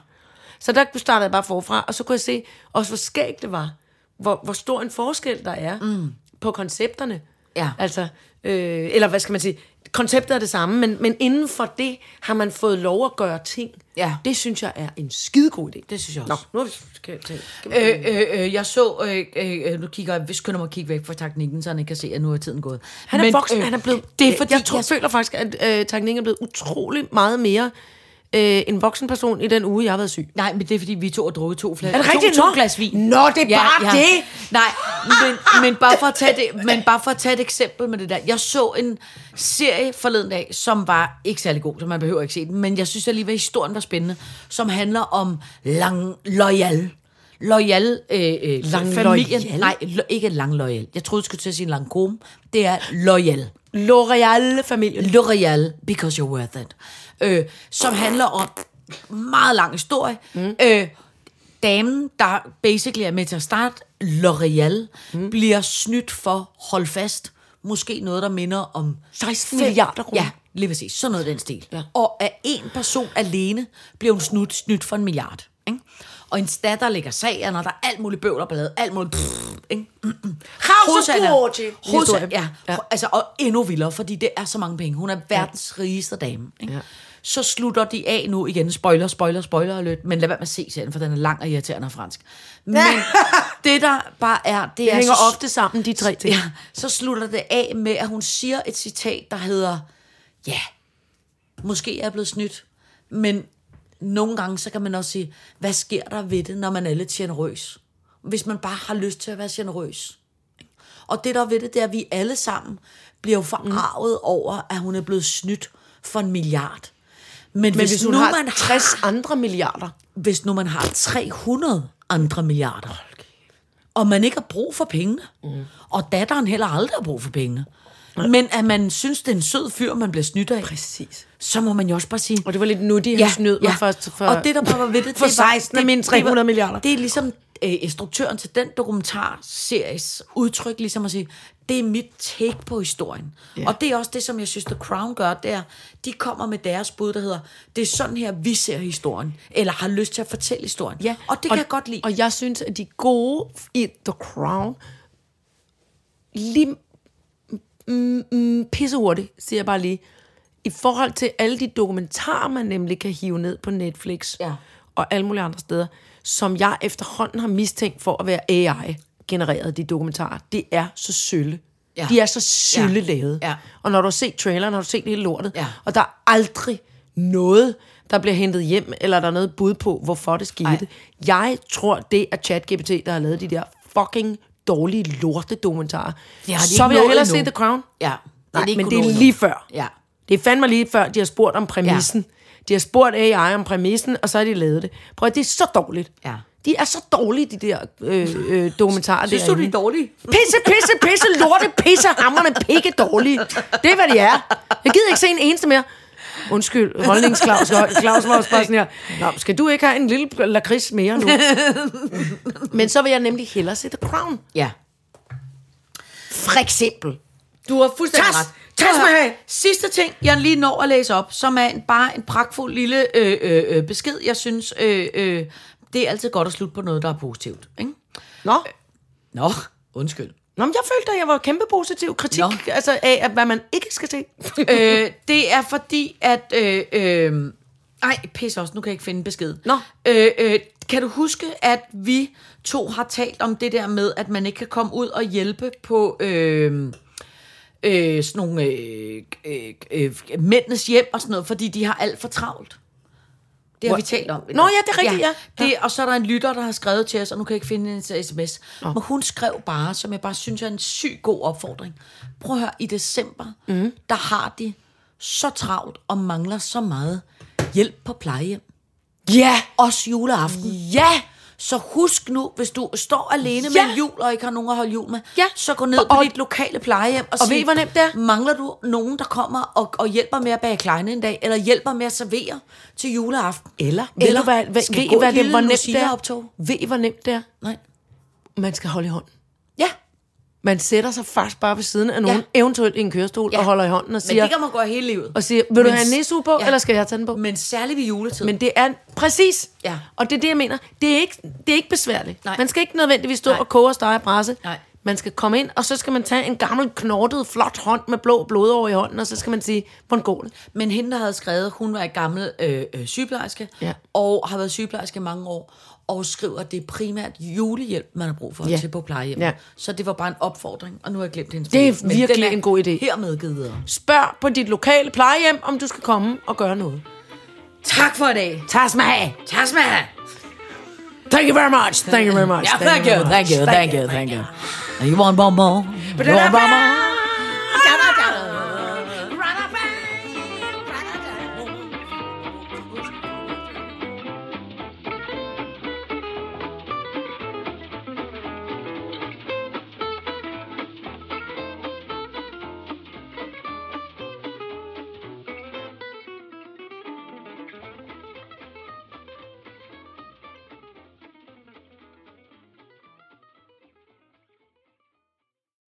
[SPEAKER 3] Så der startede jeg bare forfra, og så kunne jeg se også, hvor skægt det var, hvor, hvor stor en forskel der er mm. på koncepterne.
[SPEAKER 4] Ja.
[SPEAKER 3] Altså, øh, eller hvad skal man sige, konceptet er det samme, men, men inden for det har man fået lov at gøre ting.
[SPEAKER 4] Ja.
[SPEAKER 3] Det synes jeg er en skidegod idé.
[SPEAKER 4] Det synes jeg
[SPEAKER 3] Nå,
[SPEAKER 4] også.
[SPEAKER 3] nu er vi... Skal, skal, skal,
[SPEAKER 4] Øh, øh, øh, jeg så, øh, øh, øh, nu kigger jeg, hvis skynder mig at kigge væk fra teknikken, så han ikke kan se, at nu er tiden gået.
[SPEAKER 3] Han er men, voksen, øh, han er blevet...
[SPEAKER 4] Det er fordi,
[SPEAKER 3] jeg, tror, jeg føler faktisk, at øh, Tank Ning er blevet utrolig meget mere øh, en voksen person i den uge, jeg har været syg.
[SPEAKER 4] Nej, men det er fordi, vi to har drukket to, flas,
[SPEAKER 3] Er det rigtigt?
[SPEAKER 4] to, to
[SPEAKER 3] Nå.
[SPEAKER 4] glas vin.
[SPEAKER 3] Nå, det er bare det.
[SPEAKER 4] Nej, men, men, bare for at tage det, men bare for at tage et eksempel med det der. Jeg så en serie forleden dag, som var ikke særlig god, så man behøver ikke se den, men jeg synes alligevel, at historien var spændende, som handler om lang loyal. Loyal øh, øh,
[SPEAKER 3] Lang
[SPEAKER 4] familien.
[SPEAKER 3] Loyal?
[SPEAKER 4] Nej, lo, ikke lang loyal. Jeg troede, du skulle til at sige langkom. Det er loyal.
[SPEAKER 3] L'Oreal-familien.
[SPEAKER 4] L'Oreal, because you're worth it. Øh, som handler om meget lang historie. Mm. Øh, damen, der basically er med til at starte, L'Oreal, mm. bliver snydt for, hold fast, måske noget, der minder om...
[SPEAKER 3] 16 milliarder kroner.
[SPEAKER 4] Ja, lige præcis. Sådan noget af den stil. Ja.
[SPEAKER 3] Ja.
[SPEAKER 4] Og af en person alene blev hun snydt, snydt for en milliard. Ikke? Og en datter lægger sagen, og der er alt muligt bøvl og ballade, alt muligt... Pff, ikke?
[SPEAKER 3] Hauseburg.
[SPEAKER 4] Rosa,
[SPEAKER 3] Historie.
[SPEAKER 4] ja. ja.
[SPEAKER 3] Ja.
[SPEAKER 4] Altså, og endnu vildere, fordi det er så mange penge. Hun er verdens ja. rigeste dame. Ikke? Ja.
[SPEAKER 3] Ja.
[SPEAKER 4] Så slutter de af nu igen. Spoiler, spoiler, spoiler alert. Men lad være med at se serien, for den er lang og irriterende og fransk. Men det, der bare er... Det,
[SPEAKER 3] Det
[SPEAKER 4] er
[SPEAKER 3] hænger
[SPEAKER 4] så,
[SPEAKER 3] ofte sammen, de tre ting.
[SPEAKER 4] Ja, så slutter det af med, at hun siger et citat, der hedder, ja, måske er jeg blevet snydt, men nogle gange, så kan man også sige, hvad sker der ved det, når man er lidt generøs? Hvis man bare har lyst til at være generøs. Og det der er ved det, det er, at vi alle sammen bliver jo forarvet over, at hun er blevet snydt for en milliard. Men, Men
[SPEAKER 3] Men
[SPEAKER 4] hvis,
[SPEAKER 3] hvis hun
[SPEAKER 4] nu
[SPEAKER 3] har
[SPEAKER 4] man
[SPEAKER 3] 60 andre milliarder,
[SPEAKER 4] hvis nu man har 300 andre milliarder, og man ikke har brug for pengene, mm. og datteren heller aldrig har brug for pengene, men at man synes, det er en sød fyr, man bliver snydt af,
[SPEAKER 3] Præcis.
[SPEAKER 4] så må man jo også bare sige...
[SPEAKER 3] og det var lidt nuttigt, han snød mig først for...
[SPEAKER 4] og det, der bare var ved det,
[SPEAKER 3] for
[SPEAKER 4] det var-
[SPEAKER 3] 16 af
[SPEAKER 4] det-
[SPEAKER 3] mine
[SPEAKER 4] det var-
[SPEAKER 3] 300 milliarder.
[SPEAKER 4] Det er ligesom øh, instruktøren til den dokumentarseries udtryk, ligesom at sige, det er mit take på historien. Yeah. Og det er også det, som jeg synes, The Crown gør, det er, de kommer med deres bud, der hedder, det er sådan her, vi ser historien, eller har lyst til at fortælle historien.
[SPEAKER 3] Ja.
[SPEAKER 4] Og det kan jeg godt lide.
[SPEAKER 3] Og jeg synes, at de gode i The Crown, lige mm, mm, pissehurtigt, siger jeg bare lige, i forhold til alle de dokumentarer, man nemlig kan hive ned på Netflix
[SPEAKER 4] Ja.
[SPEAKER 3] og alle mulige andre steder, som jeg efterhånden har mistænkt for at være AI-genereret, de dokumentarer, det er så sølle.
[SPEAKER 4] Ja.
[SPEAKER 3] De er så sølle ja. lavet.
[SPEAKER 4] Ja.
[SPEAKER 3] Og når du har set traileren, har du set hele lortet.
[SPEAKER 4] Ja.
[SPEAKER 3] Og der er aldrig noget, der bliver hentet hjem, eller der er noget bud på, hvorfor det skete.
[SPEAKER 4] Ej.
[SPEAKER 3] Ej. Jeg tror, det er ChatGPT, der har lavet de der fucking dårlige lorte dokumentarer.
[SPEAKER 4] Det har de
[SPEAKER 3] Så
[SPEAKER 4] ikke
[SPEAKER 3] vil jeg
[SPEAKER 4] nået
[SPEAKER 3] hellere
[SPEAKER 4] endnu.
[SPEAKER 3] se The Crown.
[SPEAKER 4] Ja.
[SPEAKER 3] Nej,
[SPEAKER 4] ikke
[SPEAKER 3] men
[SPEAKER 4] kunne
[SPEAKER 3] det
[SPEAKER 4] nå
[SPEAKER 3] er
[SPEAKER 4] endnu.
[SPEAKER 3] lige før.
[SPEAKER 4] Ja.
[SPEAKER 3] Det er fandme lige før, de har spurgt om præmissen. Ja. De har spurgt AI om præmissen, og så har de lavet det. Prøv at det er så dårligt.
[SPEAKER 4] Ja.
[SPEAKER 3] De er så dårlige, de der øh, øh, dokumentarer
[SPEAKER 4] Synes du, de er
[SPEAKER 3] derinde.
[SPEAKER 4] dårlige?
[SPEAKER 3] Pisse, pisse, pisse, lorte, pisse, hammerne, pikke dårlige. Det er, hvad de er. Jeg gider ikke se en eneste mere. Undskyld, holdningsklaus. Claus var også bare sådan her. Nå, skal du ikke have en lille lakrids mere nu? Men så vil jeg nemlig hellere se The Crown.
[SPEAKER 5] Ja.
[SPEAKER 3] For eksempel.
[SPEAKER 4] Du har fuldstændig
[SPEAKER 5] Tas!
[SPEAKER 4] ret.
[SPEAKER 5] Tas,
[SPEAKER 4] Prøv at høre.
[SPEAKER 5] Mahal!
[SPEAKER 4] Sidste ting, jeg lige når at læse op, som er en, bare en pragtfuld lille øh, øh, øh, besked. Jeg synes, øh, øh, det er altid godt at slutte på noget, der er positivt. Ikke?
[SPEAKER 3] Nå,
[SPEAKER 4] Nå, undskyld.
[SPEAKER 3] Nå men jeg følte, at jeg var kæmpe positiv kritik
[SPEAKER 4] Nå.
[SPEAKER 3] altså, af, at, hvad man ikke skal se.
[SPEAKER 4] øh, det er fordi, at... Øh, øh, ej, pis også, nu kan jeg ikke finde besked.
[SPEAKER 3] Nå.
[SPEAKER 4] Øh, øh, kan du huske, at vi to har talt om det der med, at man ikke kan komme ud og hjælpe på... Øh, Øh, sådan nogle øh, øh, øh, mændenes hjem og sådan noget, fordi de har alt for travlt. Det har vi talt om.
[SPEAKER 3] Nå, ja, det er rigtigt, ja.
[SPEAKER 4] Det, og så er der en lytter, der har skrevet til os, og nu kan jeg ikke finde hendes sms. Oh. Men hun skrev bare, som jeg bare synes er en syg god opfordring. Prøv at høre, i december, mm. der har de så travlt og mangler så meget hjælp på plejehjem.
[SPEAKER 3] Ja,
[SPEAKER 4] Også juleaften. Ja! Så husk nu, hvis du står alene ja.
[SPEAKER 3] Ja.
[SPEAKER 4] med jul, og ikke har nogen at holde jul med,
[SPEAKER 3] Ja.
[SPEAKER 4] så gå ned
[SPEAKER 3] Og-
[SPEAKER 4] på
[SPEAKER 3] og-
[SPEAKER 4] dit lokale plejehjem og,
[SPEAKER 3] og
[SPEAKER 4] sig,
[SPEAKER 3] ved I, hvor nemt det er?
[SPEAKER 4] mangler du nogen, der kommer og, og hjælper med at bage kleine en dag, eller hjælper med at servere til juleaften? Eller,
[SPEAKER 3] Ved
[SPEAKER 4] eller
[SPEAKER 3] du, hvad, hvad,
[SPEAKER 4] skal
[SPEAKER 3] ved
[SPEAKER 4] gå
[SPEAKER 3] I, hvad
[SPEAKER 4] et
[SPEAKER 3] det,
[SPEAKER 4] lille
[SPEAKER 3] hvor nemt det
[SPEAKER 4] Lucia-optog?
[SPEAKER 3] er? Ved I, hvor nemt det er?
[SPEAKER 4] Nej.
[SPEAKER 3] Man skal holde i hånden.
[SPEAKER 4] Ja,
[SPEAKER 3] Man sætter sig faktisk bare ved siden af nogen, ja. eventuelt i en kørestol, ja. og holder i hånden og
[SPEAKER 4] men
[SPEAKER 3] siger,
[SPEAKER 4] det kan man gøre hele livet.
[SPEAKER 3] og siger vil du
[SPEAKER 4] Men-
[SPEAKER 3] have en næsehue på,
[SPEAKER 4] Ja.
[SPEAKER 3] ja. eller skal jeg tage den på? Men,
[SPEAKER 4] Men særligt ved juletid. Men,
[SPEAKER 3] men det er præcis,
[SPEAKER 4] Ja.
[SPEAKER 3] og det er det, jeg mener. Det er ikke, det er ikke besværligt.
[SPEAKER 4] Nej.
[SPEAKER 3] Man skal ikke nødvendigvis stå
[SPEAKER 4] Nej.
[SPEAKER 3] og koge og stege og brasse.
[SPEAKER 4] Nej.
[SPEAKER 3] Man skal komme ind, og så skal man tage en gammel, knortet, flot hånd med blå blodår i hånden, og så skal man sige, hvordan går det?
[SPEAKER 4] men hende, der havde skrevet, hun var en gammel øh, øh, sygeplejerske,
[SPEAKER 3] Ja.
[SPEAKER 4] og har været sygeplejerske i mange år, og skriver, at det er primært julehjælp, man har brug for ja.
[SPEAKER 3] Ja.
[SPEAKER 4] til på plejehjem.
[SPEAKER 3] Ja.
[SPEAKER 4] Så det var bare en opfordring, og nu har jeg glemt hendes
[SPEAKER 3] Det er
[SPEAKER 4] mail, men
[SPEAKER 3] virkelig
[SPEAKER 4] den er
[SPEAKER 3] en god idé.
[SPEAKER 4] Hermed givet videre.
[SPEAKER 3] Spørg på dit lokale plejehjem, om du skal komme og gøre noget.
[SPEAKER 4] Tak for i dag.
[SPEAKER 3] Tasma!
[SPEAKER 4] Tasma!
[SPEAKER 3] Thank you very much. Thank you very much.
[SPEAKER 5] Thank you, thank you, thank you, thank you. You want one more? You want one more?